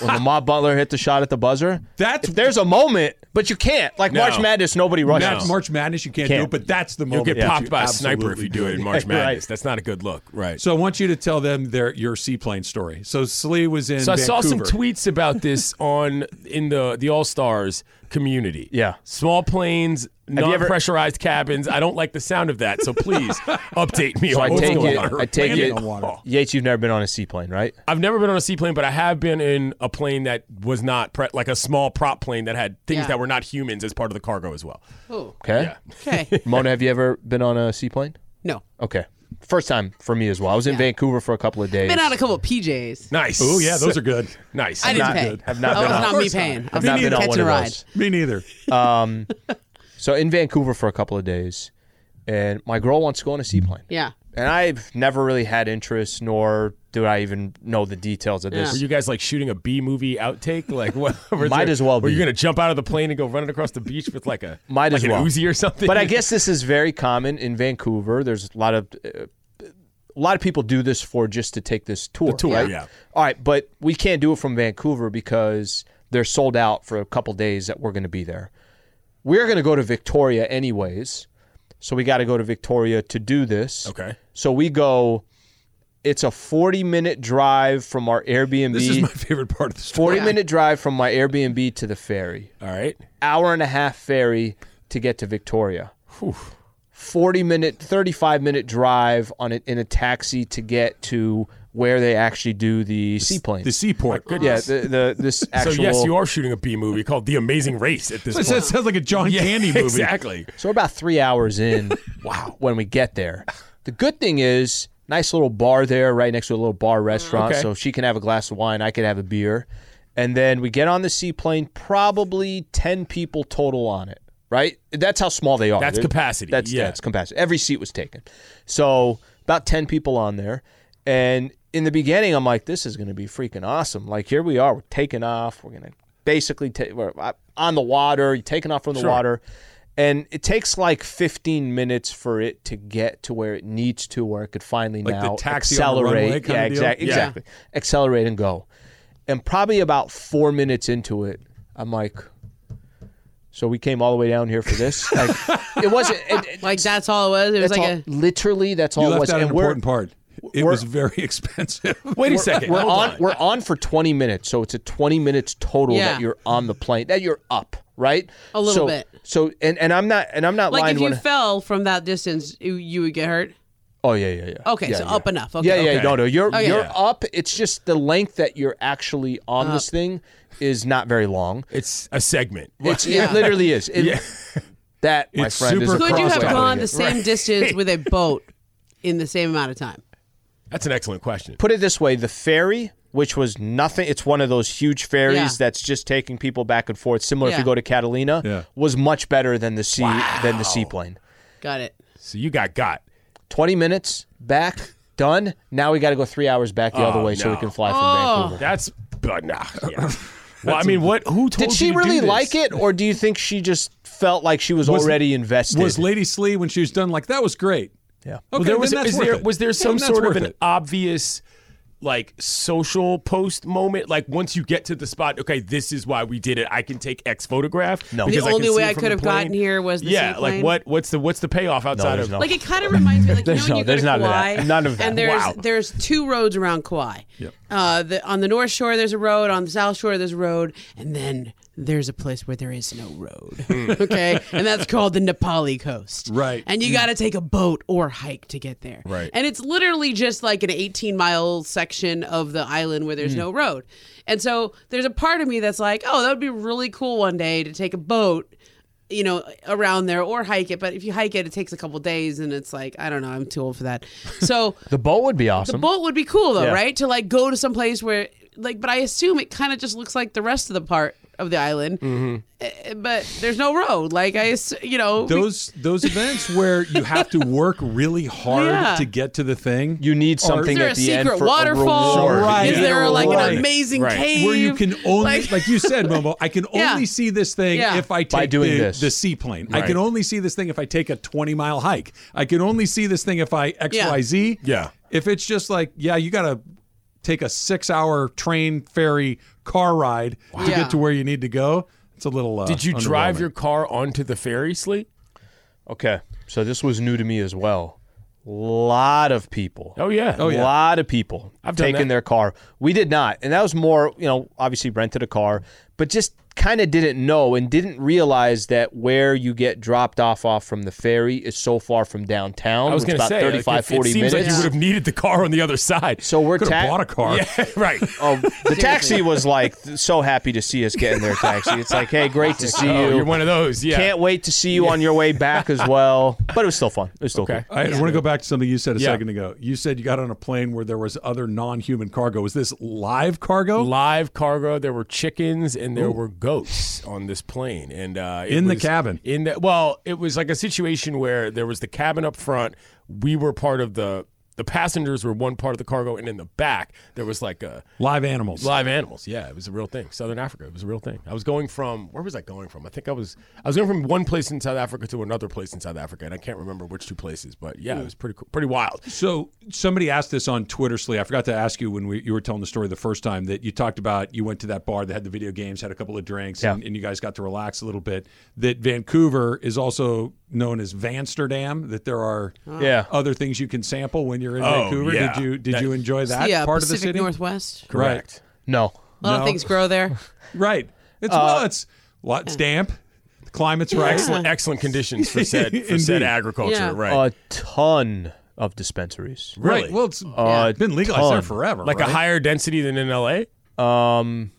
[SPEAKER 3] when Lamar Butler hit the shot at the buzzer.
[SPEAKER 1] That's
[SPEAKER 3] there's a moment, but you can't. Like
[SPEAKER 12] No.
[SPEAKER 3] March Madness, nobody rushes.
[SPEAKER 1] March, March Madness, you can't, do
[SPEAKER 3] Can't.
[SPEAKER 1] it, but that's the
[SPEAKER 12] You'll
[SPEAKER 1] moment.
[SPEAKER 12] get
[SPEAKER 1] that
[SPEAKER 12] popped
[SPEAKER 1] you
[SPEAKER 12] by a sniper if
[SPEAKER 1] absolutely
[SPEAKER 12] you do it in March
[SPEAKER 1] Yeah, right.
[SPEAKER 12] Madness. That's not a good look, right?
[SPEAKER 1] So I want you to tell them their your seaplane story. So Slee was in.
[SPEAKER 12] So I saw some
[SPEAKER 1] Vancouver.
[SPEAKER 12] tweets about this on in the the All Stars community. Yeah, small planes,
[SPEAKER 3] you ever-
[SPEAKER 12] non-pressurized cabins. I don't like the sound of that, so please update me.
[SPEAKER 3] So
[SPEAKER 12] on
[SPEAKER 3] I
[SPEAKER 12] what's
[SPEAKER 3] take
[SPEAKER 12] going
[SPEAKER 3] it.
[SPEAKER 12] on.
[SPEAKER 3] I take
[SPEAKER 12] Landing
[SPEAKER 3] it.
[SPEAKER 12] on water.
[SPEAKER 3] Yates, you've never been on a seaplane, right?
[SPEAKER 12] I've never been on a seaplane, but I have been in a plane that was not pre- like a small prop plane that had things
[SPEAKER 13] Yeah.
[SPEAKER 12] that were not humans as part of the cargo as well.
[SPEAKER 3] Okay.
[SPEAKER 13] Okay.
[SPEAKER 3] Mona, have you ever been on a seaplane?
[SPEAKER 13] No.
[SPEAKER 3] Okay. First time for me as well. I was in Vancouver for a couple of days.
[SPEAKER 13] Been out a couple of PJs.
[SPEAKER 12] Nice.
[SPEAKER 1] Oh yeah, those are good.
[SPEAKER 12] Nice.
[SPEAKER 13] I didn't
[SPEAKER 3] Not
[SPEAKER 13] pay.
[SPEAKER 3] good. Have not
[SPEAKER 13] that
[SPEAKER 3] been
[SPEAKER 13] was
[SPEAKER 3] on-
[SPEAKER 13] not
[SPEAKER 3] Of
[SPEAKER 13] me
[SPEAKER 3] course not.
[SPEAKER 13] paying.
[SPEAKER 3] I've not been on
[SPEAKER 13] Catch
[SPEAKER 3] one
[SPEAKER 13] and
[SPEAKER 3] of
[SPEAKER 13] ride.
[SPEAKER 3] those.
[SPEAKER 1] Me neither.
[SPEAKER 3] Um, so in Vancouver for a couple of days, and my girl wants to go on a seaplane.
[SPEAKER 13] Yeah.
[SPEAKER 3] And I've never really had interest, nor do I even know the details of
[SPEAKER 12] Were
[SPEAKER 3] this.
[SPEAKER 12] you guys like shooting a B movie outtake? Like what? were
[SPEAKER 3] Might
[SPEAKER 12] there-
[SPEAKER 3] as well
[SPEAKER 12] Were you
[SPEAKER 3] be.
[SPEAKER 12] going to jump out of the plane and go running across the beach with like a
[SPEAKER 3] Might
[SPEAKER 12] like
[SPEAKER 3] as
[SPEAKER 12] an
[SPEAKER 3] well.
[SPEAKER 12] Uzi or something?
[SPEAKER 3] But I guess this is very common in Vancouver. There's a lot of uh, a lot of people do this for just to take this tour.
[SPEAKER 12] tour,
[SPEAKER 3] right?
[SPEAKER 12] yeah.
[SPEAKER 3] All right, but we can't do it from Vancouver because they're sold out for a couple days that we're going to be there. We're going to go to Victoria anyways, so we got to go to Victoria to do this.
[SPEAKER 12] Okay.
[SPEAKER 3] So we go It's a 40 minute drive from our Airbnb.
[SPEAKER 1] This is my favorite part of the story.
[SPEAKER 3] 40 minute drive from my Airbnb to the ferry.
[SPEAKER 12] All right.
[SPEAKER 3] Hour and a half ferry to get to Victoria. 40 minute, 35 minute drive on it in a taxi to get to where they actually do the seaplane.
[SPEAKER 12] the seaport. My
[SPEAKER 3] Yeah,
[SPEAKER 12] goodness.
[SPEAKER 3] the, the, this actual.
[SPEAKER 12] So yes, you are shooting a B movie called The Amazing Race at this
[SPEAKER 3] That
[SPEAKER 12] point.
[SPEAKER 3] sounds- sounds
[SPEAKER 1] like a John Candy movie.
[SPEAKER 12] Exactly.
[SPEAKER 3] So we're about three hours in. wow. When we get there, the good thing is nice little bar there, right next to a little bar restaurant.
[SPEAKER 12] Okay.
[SPEAKER 3] So she can have a glass of wine, I could have a beer, and then we get on the seaplane. Probably ten people total on it. Right. That's how small they are.
[SPEAKER 12] That's
[SPEAKER 3] They're-
[SPEAKER 12] capacity,
[SPEAKER 3] That's
[SPEAKER 12] yeah.
[SPEAKER 3] that's capacity. Every seat was taken. So about ten people on there, and in the beginning, I'm like, this is going to be freaking awesome. Like here we are, we're taking off. We're gonna basically take we're uh, on the water. You're taking off from the
[SPEAKER 12] Sure.
[SPEAKER 3] water. And it takes like 15 minutes for it to get to where it needs to, where it could finally
[SPEAKER 1] Like the
[SPEAKER 3] now
[SPEAKER 1] taxi on the
[SPEAKER 3] accelerate.
[SPEAKER 1] runway kind
[SPEAKER 3] yeah,
[SPEAKER 1] of deal?
[SPEAKER 3] exact-
[SPEAKER 1] Yeah.
[SPEAKER 3] exactly. Accelerate and go. And probably about four minutes into it, I'm like, so we came all the way down here for this. Like, it wasn't.
[SPEAKER 13] like that's all it was. It was
[SPEAKER 3] That's
[SPEAKER 13] like
[SPEAKER 3] all-
[SPEAKER 13] a
[SPEAKER 3] literally that's all
[SPEAKER 1] you
[SPEAKER 3] it
[SPEAKER 1] left
[SPEAKER 3] was.
[SPEAKER 1] out an
[SPEAKER 3] And we're-
[SPEAKER 1] important part. It was very expensive.
[SPEAKER 12] Wait
[SPEAKER 3] we're- We're on, We're on for 20 minutes, so it's a 20 minutes total
[SPEAKER 13] Yeah.
[SPEAKER 3] that you're on the plane. That you're up, right?
[SPEAKER 13] A little
[SPEAKER 3] So-
[SPEAKER 13] bit.
[SPEAKER 3] So and and I'm not and I'm not
[SPEAKER 13] like
[SPEAKER 3] lying
[SPEAKER 13] if you
[SPEAKER 3] when.
[SPEAKER 13] fell from that distance, you, you would get hurt.
[SPEAKER 3] oh yeah, yeah, yeah.
[SPEAKER 13] Okay,
[SPEAKER 3] Yeah,
[SPEAKER 13] so
[SPEAKER 3] yeah.
[SPEAKER 13] up enough. Okay.
[SPEAKER 3] Yeah, yeah, no, no. You're
[SPEAKER 13] Okay.
[SPEAKER 3] you're
[SPEAKER 13] Yeah.
[SPEAKER 3] up. It's just the length that you're actually on this thing is not very long.
[SPEAKER 12] It's a segment.
[SPEAKER 3] It's,
[SPEAKER 13] Yeah.
[SPEAKER 3] It literally is. It-
[SPEAKER 12] Yeah.
[SPEAKER 3] That my
[SPEAKER 12] It's
[SPEAKER 3] friend is
[SPEAKER 12] super
[SPEAKER 3] a
[SPEAKER 13] Could you have
[SPEAKER 3] crosswalk.
[SPEAKER 13] gone the same distance with a boat in the same amount of time?
[SPEAKER 12] That's an excellent question.
[SPEAKER 3] Put it this way: the ferry, which was nothing, it's one of those huge ferries
[SPEAKER 13] Yeah.
[SPEAKER 3] that's just taking people back and forth, similar if
[SPEAKER 13] Yeah.
[SPEAKER 3] you go to Catalina, was much better than the sea than the seaplane.
[SPEAKER 13] Got it.
[SPEAKER 12] So you got got.
[SPEAKER 3] Twenty minutes back, done. Now we got to go three hours back the other
[SPEAKER 12] Oh,
[SPEAKER 3] way so we
[SPEAKER 12] no.
[SPEAKER 3] can fly from
[SPEAKER 13] Oh.
[SPEAKER 3] Vancouver.
[SPEAKER 12] That's but nah. yeah. Well, I mean, what? Who told
[SPEAKER 3] Did she
[SPEAKER 12] you to do
[SPEAKER 3] really
[SPEAKER 12] this?
[SPEAKER 3] like it, or do you think she just felt like she was,
[SPEAKER 1] Was-
[SPEAKER 3] already invested?
[SPEAKER 1] Was Lady Slee when she was done like that was great?
[SPEAKER 3] yeah.
[SPEAKER 1] Okay,
[SPEAKER 12] there was,
[SPEAKER 1] then that's
[SPEAKER 12] is
[SPEAKER 1] worth
[SPEAKER 12] there,
[SPEAKER 1] it.
[SPEAKER 12] was there
[SPEAKER 1] Then
[SPEAKER 12] some
[SPEAKER 1] that's
[SPEAKER 12] sort of
[SPEAKER 1] worth
[SPEAKER 12] an
[SPEAKER 1] it.
[SPEAKER 12] obvious like social post moment? Like once you get to the spot, okay, this is why we did it. I can take X photograph.
[SPEAKER 3] No.
[SPEAKER 12] because
[SPEAKER 13] the
[SPEAKER 12] I can
[SPEAKER 13] only
[SPEAKER 12] see
[SPEAKER 13] way
[SPEAKER 12] it
[SPEAKER 13] I
[SPEAKER 12] from
[SPEAKER 13] could
[SPEAKER 12] the
[SPEAKER 13] have
[SPEAKER 12] plane.
[SPEAKER 13] gotten here was the
[SPEAKER 12] yeah,
[SPEAKER 13] seaplane.
[SPEAKER 12] like what? What's the what's the payoff outside
[SPEAKER 3] there's
[SPEAKER 12] of
[SPEAKER 3] no-
[SPEAKER 13] Like it kind of reminds me, like you know,
[SPEAKER 3] There's
[SPEAKER 13] when
[SPEAKER 3] no-
[SPEAKER 13] you go
[SPEAKER 3] there's
[SPEAKER 13] to
[SPEAKER 3] none of
[SPEAKER 13] Kauai,
[SPEAKER 3] that. None of that.
[SPEAKER 13] And there's
[SPEAKER 3] Wow.
[SPEAKER 13] there's two roads around Kauai.
[SPEAKER 1] Yep.
[SPEAKER 13] Uh, the, on the north shore, there's a road. On the south shore, there's a road, and then there's a place where there is no road.
[SPEAKER 3] Hmm.
[SPEAKER 13] okay, and that's called the Nepali coast.
[SPEAKER 1] Right.
[SPEAKER 13] And you got to take a boat or hike to get there.
[SPEAKER 1] Right.
[SPEAKER 13] And it's literally just like an 18 mile section of the island where there's
[SPEAKER 1] Mm.
[SPEAKER 13] no road. And so there's a part of me that's like, oh, that would be really cool one day to take a boat, you know, around there or hike it. But if you hike it, it takes a couple days and it's like, I don't know, I'm too old for that. So
[SPEAKER 3] the boat would be awesome.
[SPEAKER 13] the boat would be cool though,
[SPEAKER 3] Yeah.
[SPEAKER 13] right? To like go to some place where, like, but I assume it kind of just looks like the rest of the part of the island.
[SPEAKER 1] Mm.
[SPEAKER 12] Mm-hmm.
[SPEAKER 13] Eh, But there's no road. Like, I, assu- you know, we-
[SPEAKER 1] Those those events where you have to work really hard
[SPEAKER 13] Yeah.
[SPEAKER 1] to get to the thing.
[SPEAKER 3] you need something
[SPEAKER 13] Is there
[SPEAKER 3] at
[SPEAKER 13] a
[SPEAKER 3] the end
[SPEAKER 13] secret
[SPEAKER 3] for a
[SPEAKER 13] waterfall?
[SPEAKER 3] reward.
[SPEAKER 1] Right.
[SPEAKER 13] Is there like
[SPEAKER 1] Right.
[SPEAKER 13] an amazing
[SPEAKER 12] Right.
[SPEAKER 13] cave?
[SPEAKER 1] where you can only, like,
[SPEAKER 13] Like-
[SPEAKER 1] you said, Momo, I can only
[SPEAKER 13] Yeah.
[SPEAKER 1] see this thing
[SPEAKER 13] Yeah.
[SPEAKER 1] if I take
[SPEAKER 3] By doing
[SPEAKER 1] the,
[SPEAKER 3] this.
[SPEAKER 1] the seaplane. I
[SPEAKER 12] Right.
[SPEAKER 1] can only see this thing if I take a 20 mile hike. I can only see this thing if I
[SPEAKER 13] Yeah.
[SPEAKER 1] XYZ.
[SPEAKER 12] Yeah.
[SPEAKER 1] If it's just like, yeah, you got to take a six hour train, ferry, car ride to
[SPEAKER 13] Yeah.
[SPEAKER 1] get to where you need to go, it's a little. Uh,
[SPEAKER 12] Did you drive
[SPEAKER 1] underwhelming.
[SPEAKER 12] your car onto the ferry, Slee?
[SPEAKER 3] Okay, so this was new to me as well. Lot of people.
[SPEAKER 12] Oh yeah.
[SPEAKER 3] A
[SPEAKER 1] yeah.
[SPEAKER 3] lot of people
[SPEAKER 12] I've done
[SPEAKER 3] taken
[SPEAKER 12] that.
[SPEAKER 3] their car. We did not. And that was more, you know, obviously rented a car, but just kind of didn't know and didn't realize that where you get dropped off off from the ferry is so far from downtown.
[SPEAKER 12] I was
[SPEAKER 3] which is
[SPEAKER 12] going to
[SPEAKER 3] about
[SPEAKER 12] say, like,
[SPEAKER 3] 35,
[SPEAKER 12] it,
[SPEAKER 3] 40
[SPEAKER 12] it seems like
[SPEAKER 3] minutes.
[SPEAKER 12] you would have needed the car on the other side.
[SPEAKER 3] so we're
[SPEAKER 1] Could have
[SPEAKER 3] ta-
[SPEAKER 1] bought a car.
[SPEAKER 12] yeah, right.
[SPEAKER 3] Oh, the taxi was like th- so happy to see us getting their taxi. It's like, hey, great to see
[SPEAKER 12] Oh,
[SPEAKER 3] you.
[SPEAKER 12] you're one of those. Yeah.
[SPEAKER 3] Can't wait to see you on your way back as well. But it was still fun. It was still
[SPEAKER 12] Okay.
[SPEAKER 3] cool.
[SPEAKER 1] I want to go back to something you said a
[SPEAKER 12] Yeah.
[SPEAKER 1] second ago. You said you got on a plane where there was other non-human cargo. Was this live cargo?
[SPEAKER 12] live cargo. There were chickens and there were goats on this plane, and uh, it
[SPEAKER 1] In the
[SPEAKER 12] was-
[SPEAKER 1] cabin.
[SPEAKER 12] In the well, it was like a situation where there was the cabin up front. We were part of the the passengers were one part of the cargo, and in the back there was like a
[SPEAKER 1] Live animals.
[SPEAKER 12] live animals. Yeah, it was a real thing. Southern Africa, it was a real thing. I was going from where was I going from? I think I was I was going from one place in South Africa to another place in South Africa, and I can't remember which two places, but yeah, it was pretty cool, pretty wild.
[SPEAKER 1] So somebody asked this on Twitter, Slee. I forgot to ask you when we, you were telling the story the first time that you talked about you went to that bar that had the video games, had a couple of drinks, and, and you guys got to relax a little bit. That Vancouver is also known as Vansterdam. That there are
[SPEAKER 3] Yeah.
[SPEAKER 1] other things you can sample when you're in
[SPEAKER 12] Oh,
[SPEAKER 1] Vancouver.
[SPEAKER 12] yeah.
[SPEAKER 1] Did you did
[SPEAKER 12] That-
[SPEAKER 1] you enjoy that
[SPEAKER 13] yeah,
[SPEAKER 1] part
[SPEAKER 13] Pacific
[SPEAKER 1] of the city?
[SPEAKER 13] Northwest.
[SPEAKER 12] Correct.
[SPEAKER 3] No.
[SPEAKER 13] A lot of things grow there.
[SPEAKER 1] right. It's
[SPEAKER 13] Uh,
[SPEAKER 1] well, it's well, it's damp. The climate's right.
[SPEAKER 12] Excellent, excellent conditions for said for said
[SPEAKER 1] Indeed.
[SPEAKER 12] agriculture.
[SPEAKER 1] Yeah.
[SPEAKER 12] Right.
[SPEAKER 3] A ton of dispensaries.
[SPEAKER 12] Really?
[SPEAKER 1] Right. Well, it's
[SPEAKER 3] Uh,
[SPEAKER 1] been legalized there
[SPEAKER 3] ton.
[SPEAKER 1] forever.
[SPEAKER 12] Like
[SPEAKER 1] right? Uh,
[SPEAKER 12] a higher density than in LA.
[SPEAKER 3] Um,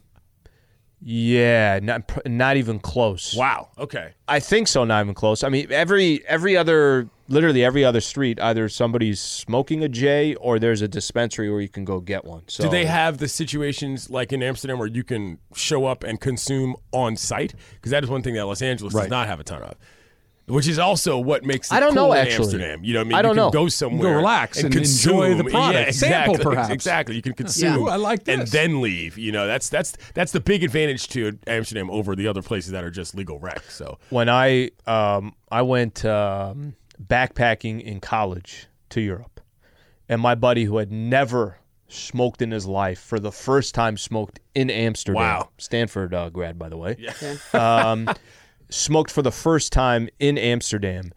[SPEAKER 3] yeah, not pr- not even close.
[SPEAKER 12] Wow. Okay.
[SPEAKER 3] I think so. Not even close. I mean, every every other, literally every other street, either somebody's smoking a J or there's a dispensary where you can go get one. So
[SPEAKER 12] Do they have the situations like in Amsterdam where you can show up and consume on site? Because that is one thing that Los Angeles
[SPEAKER 3] Right.
[SPEAKER 12] does not have a ton of. Which is also what makes it
[SPEAKER 3] I don't
[SPEAKER 12] cool
[SPEAKER 3] know,
[SPEAKER 12] in
[SPEAKER 3] actually.
[SPEAKER 12] Amsterdam. You know, what I mean,
[SPEAKER 3] I don't
[SPEAKER 12] you can
[SPEAKER 3] know.
[SPEAKER 12] go
[SPEAKER 3] You can go
[SPEAKER 12] somewhere,
[SPEAKER 1] relax and enjoy the
[SPEAKER 12] consume.
[SPEAKER 1] product.
[SPEAKER 12] Yeah,
[SPEAKER 1] Sample,
[SPEAKER 12] exactly,
[SPEAKER 1] perhaps.
[SPEAKER 12] exactly. You can
[SPEAKER 1] Yeah.
[SPEAKER 12] consume.
[SPEAKER 1] Ooh, I like
[SPEAKER 12] And
[SPEAKER 1] this.
[SPEAKER 12] then leave. You know, that's that's that's the big advantage to Amsterdam over the other places that are just legal wreck. So
[SPEAKER 3] when I um, I went um backpacking in college to Europe, and my buddy who had never smoked in his life for the first time smoked in Amsterdam.
[SPEAKER 12] Wow.
[SPEAKER 3] Stanford uh, grad, by the way.
[SPEAKER 12] Yeah.
[SPEAKER 3] um, smoked for the first time in Amsterdam.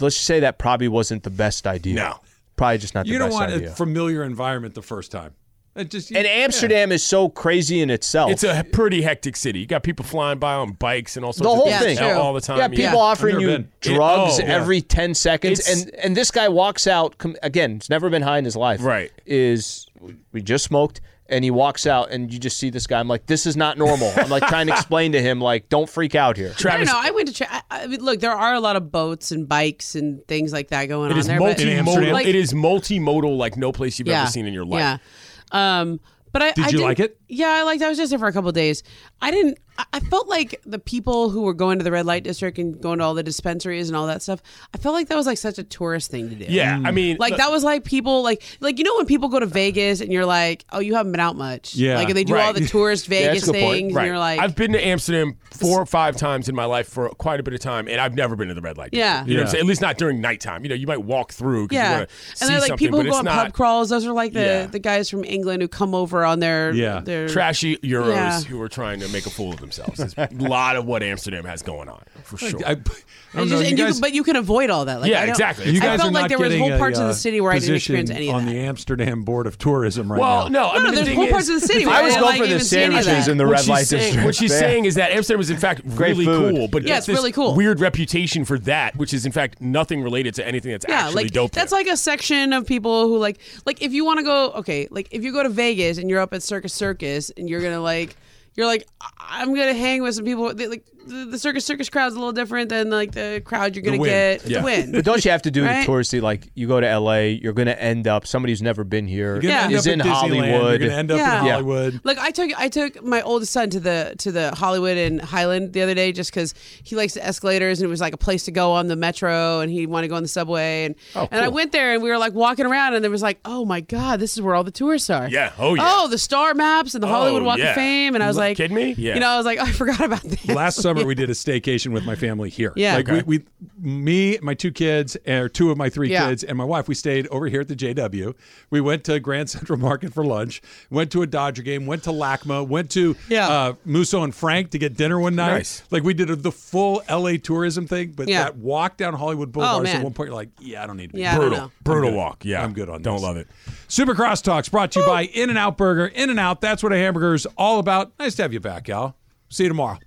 [SPEAKER 3] Let's just say that probably wasn't the best idea.
[SPEAKER 1] No.
[SPEAKER 3] Probably just not
[SPEAKER 1] you
[SPEAKER 3] the
[SPEAKER 1] don't
[SPEAKER 3] best
[SPEAKER 1] want
[SPEAKER 3] idea.
[SPEAKER 1] a familiar environment the first time. It just
[SPEAKER 3] and Amsterdam is so crazy in itself.
[SPEAKER 12] it's a pretty hectic city. You got people flying by on bikes and all sorts
[SPEAKER 3] the
[SPEAKER 12] of
[SPEAKER 3] whole
[SPEAKER 12] things
[SPEAKER 3] thing
[SPEAKER 12] all, all the time. oh,
[SPEAKER 3] Yeah, people offering you drugs every ten seconds,
[SPEAKER 12] It's-
[SPEAKER 3] and and this guy walks out com- again. He's never been high in his life.
[SPEAKER 12] Right?
[SPEAKER 3] Is we just smoked, and he walks out, and you just see this guy. I'm like, this is not normal. I'm like trying to explain to him, like, don't freak out here.
[SPEAKER 13] I don't know. I went to. Tra- I, I mean, look, there are a lot of boats and bikes and things like that going
[SPEAKER 12] It
[SPEAKER 13] on
[SPEAKER 12] is
[SPEAKER 13] there. but-
[SPEAKER 12] multimodal.
[SPEAKER 13] Like-
[SPEAKER 12] it is multimodal, like no place you've
[SPEAKER 13] Yeah.
[SPEAKER 12] ever seen in your life.
[SPEAKER 13] Yeah. Um, but I
[SPEAKER 12] Did
[SPEAKER 13] I
[SPEAKER 12] you
[SPEAKER 13] didn't-
[SPEAKER 12] like it?
[SPEAKER 13] Yeah, I liked. it. I was just there for a couple of days. I didn't. I- I felt like the people who were going to the red light district and going to all the dispensaries and all that stuff. I felt like that was like such a tourist thing to do.
[SPEAKER 12] Yeah, I mean, uh,
[SPEAKER 13] like
[SPEAKER 12] look-
[SPEAKER 13] that was like people like like you know when people go to Vegas and you're like, oh, you haven't been out much.
[SPEAKER 12] Yeah,
[SPEAKER 13] like they do all
[SPEAKER 12] right.
[SPEAKER 13] the tourist Vegas things, and
[SPEAKER 12] Right.
[SPEAKER 13] you're like,
[SPEAKER 12] I've been to Amsterdam four or five times in my life for quite a bit of time, and I've never been to the red light. district.
[SPEAKER 13] Yeah.
[SPEAKER 12] you know what
[SPEAKER 13] Yeah.
[SPEAKER 12] I'm saying. At least not during nighttime. You know, you might walk through. 'cause you
[SPEAKER 13] yeah,
[SPEAKER 12] wanna
[SPEAKER 13] and
[SPEAKER 12] see
[SPEAKER 13] they're like
[SPEAKER 12] something,
[SPEAKER 13] people
[SPEAKER 12] but
[SPEAKER 13] who go
[SPEAKER 12] it's
[SPEAKER 13] on
[SPEAKER 12] not,
[SPEAKER 13] pub crawls. Those are like the
[SPEAKER 12] Yeah.
[SPEAKER 13] the guys from England who come over on their
[SPEAKER 12] Yeah,
[SPEAKER 13] their
[SPEAKER 12] trashy euros
[SPEAKER 13] Yeah.
[SPEAKER 12] who are trying to make a fool of themselves. It's a lot of what Amsterdam has going on for sure.
[SPEAKER 1] I- I
[SPEAKER 13] And just- and you can- but you can avoid all that. Like,
[SPEAKER 12] Yeah,
[SPEAKER 13] I don't-
[SPEAKER 12] exactly.
[SPEAKER 1] You
[SPEAKER 13] I
[SPEAKER 1] guys
[SPEAKER 13] felt
[SPEAKER 1] are
[SPEAKER 13] like
[SPEAKER 1] not
[SPEAKER 13] there was
[SPEAKER 1] getting
[SPEAKER 13] whole
[SPEAKER 1] a,
[SPEAKER 13] parts of
[SPEAKER 1] uh,
[SPEAKER 13] the city where I didn't
[SPEAKER 1] position
[SPEAKER 13] experience any of
[SPEAKER 1] on
[SPEAKER 13] that.
[SPEAKER 1] the Amsterdam Board of Tourism right
[SPEAKER 12] well,
[SPEAKER 1] now.
[SPEAKER 12] no, I mean,
[SPEAKER 13] no,
[SPEAKER 12] the
[SPEAKER 13] there's
[SPEAKER 12] thing
[SPEAKER 13] whole
[SPEAKER 12] is-
[SPEAKER 13] parts of the city where
[SPEAKER 3] I
[SPEAKER 13] I
[SPEAKER 3] was
[SPEAKER 13] didn't
[SPEAKER 3] going
[SPEAKER 13] like
[SPEAKER 3] for the
[SPEAKER 13] even see any of
[SPEAKER 3] sandwiches
[SPEAKER 13] that.
[SPEAKER 3] in the
[SPEAKER 12] What
[SPEAKER 3] red
[SPEAKER 12] she's
[SPEAKER 3] light
[SPEAKER 12] saying-
[SPEAKER 3] district.
[SPEAKER 12] What she's
[SPEAKER 3] Yeah.
[SPEAKER 12] saying is that Amsterdam is in fact
[SPEAKER 3] Great
[SPEAKER 12] really
[SPEAKER 3] food.
[SPEAKER 12] cool, but
[SPEAKER 13] Yeah,
[SPEAKER 12] gets
[SPEAKER 13] it's
[SPEAKER 12] this
[SPEAKER 13] really cool.
[SPEAKER 12] Weird reputation for that, which is in fact nothing related to anything that's
[SPEAKER 13] yeah,
[SPEAKER 12] actually
[SPEAKER 13] like
[SPEAKER 12] dope.
[SPEAKER 13] that's like a section of people who like like if you want to go okay, like if you go to Vegas and you're up at Circus Circus and you're gonna like you're like "I- I'm gonna hang with some people they, like the, the Circus Circus crowd's a little different than like the crowd you're gonna get to win.
[SPEAKER 3] But don't you have to do
[SPEAKER 13] Right?
[SPEAKER 3] the touristy? Like you go to LA, you're going to end up somebody who's never been here
[SPEAKER 13] You're gonna end
[SPEAKER 3] is
[SPEAKER 13] up
[SPEAKER 3] in
[SPEAKER 13] at Disneyland, you're
[SPEAKER 3] Hollywood.
[SPEAKER 1] gonna end up in Hollywood.
[SPEAKER 13] Like I took I took my oldest son to the to the Hollywood and Highland the other day just because he likes the escalators and it was like a place to go on the metro and he wanted to go on the subway and
[SPEAKER 1] Oh,
[SPEAKER 13] and I
[SPEAKER 12] cool.
[SPEAKER 13] went there and we were like walking around and there was like oh my god this is where all the tourists are
[SPEAKER 12] Yeah. Oh, yeah.
[SPEAKER 13] oh the star maps and the Hollywood
[SPEAKER 12] Oh,
[SPEAKER 13] Walk
[SPEAKER 12] yeah.
[SPEAKER 13] of Fame and I was
[SPEAKER 12] You
[SPEAKER 13] like
[SPEAKER 12] kidding me? Yeah.
[SPEAKER 13] you know I was like I forgot about that
[SPEAKER 1] Last summer we did a staycation with my family here.
[SPEAKER 13] Yeah.
[SPEAKER 1] like we, we, me, my two kids, or two of my three
[SPEAKER 13] Yeah.
[SPEAKER 1] kids, and my wife. We stayed over here at the JW. We went to Grand Central Market for lunch. Went to a Dodger game. Went to LACMA. Went to uh, Musso and Frank to get dinner one night.
[SPEAKER 12] Nice.
[SPEAKER 1] Like we did a, the full LA tourism thing. But
[SPEAKER 13] Yeah. Oh,
[SPEAKER 1] that walk down Hollywood Boulevard is
[SPEAKER 13] man.
[SPEAKER 1] at one point you're like, yeah, I don't need to be
[SPEAKER 13] Yeah, I don't know.
[SPEAKER 1] brutal,
[SPEAKER 12] Brutal
[SPEAKER 1] I'm good.
[SPEAKER 12] walk. Yeah.
[SPEAKER 1] I'm good on.
[SPEAKER 12] Don't
[SPEAKER 1] this.
[SPEAKER 12] love it.
[SPEAKER 1] Super Cross Talks brought to you by In and Out Burger. In and Out, that's what a hamburger is all about. Nice to have you back, Al. See you tomorrow.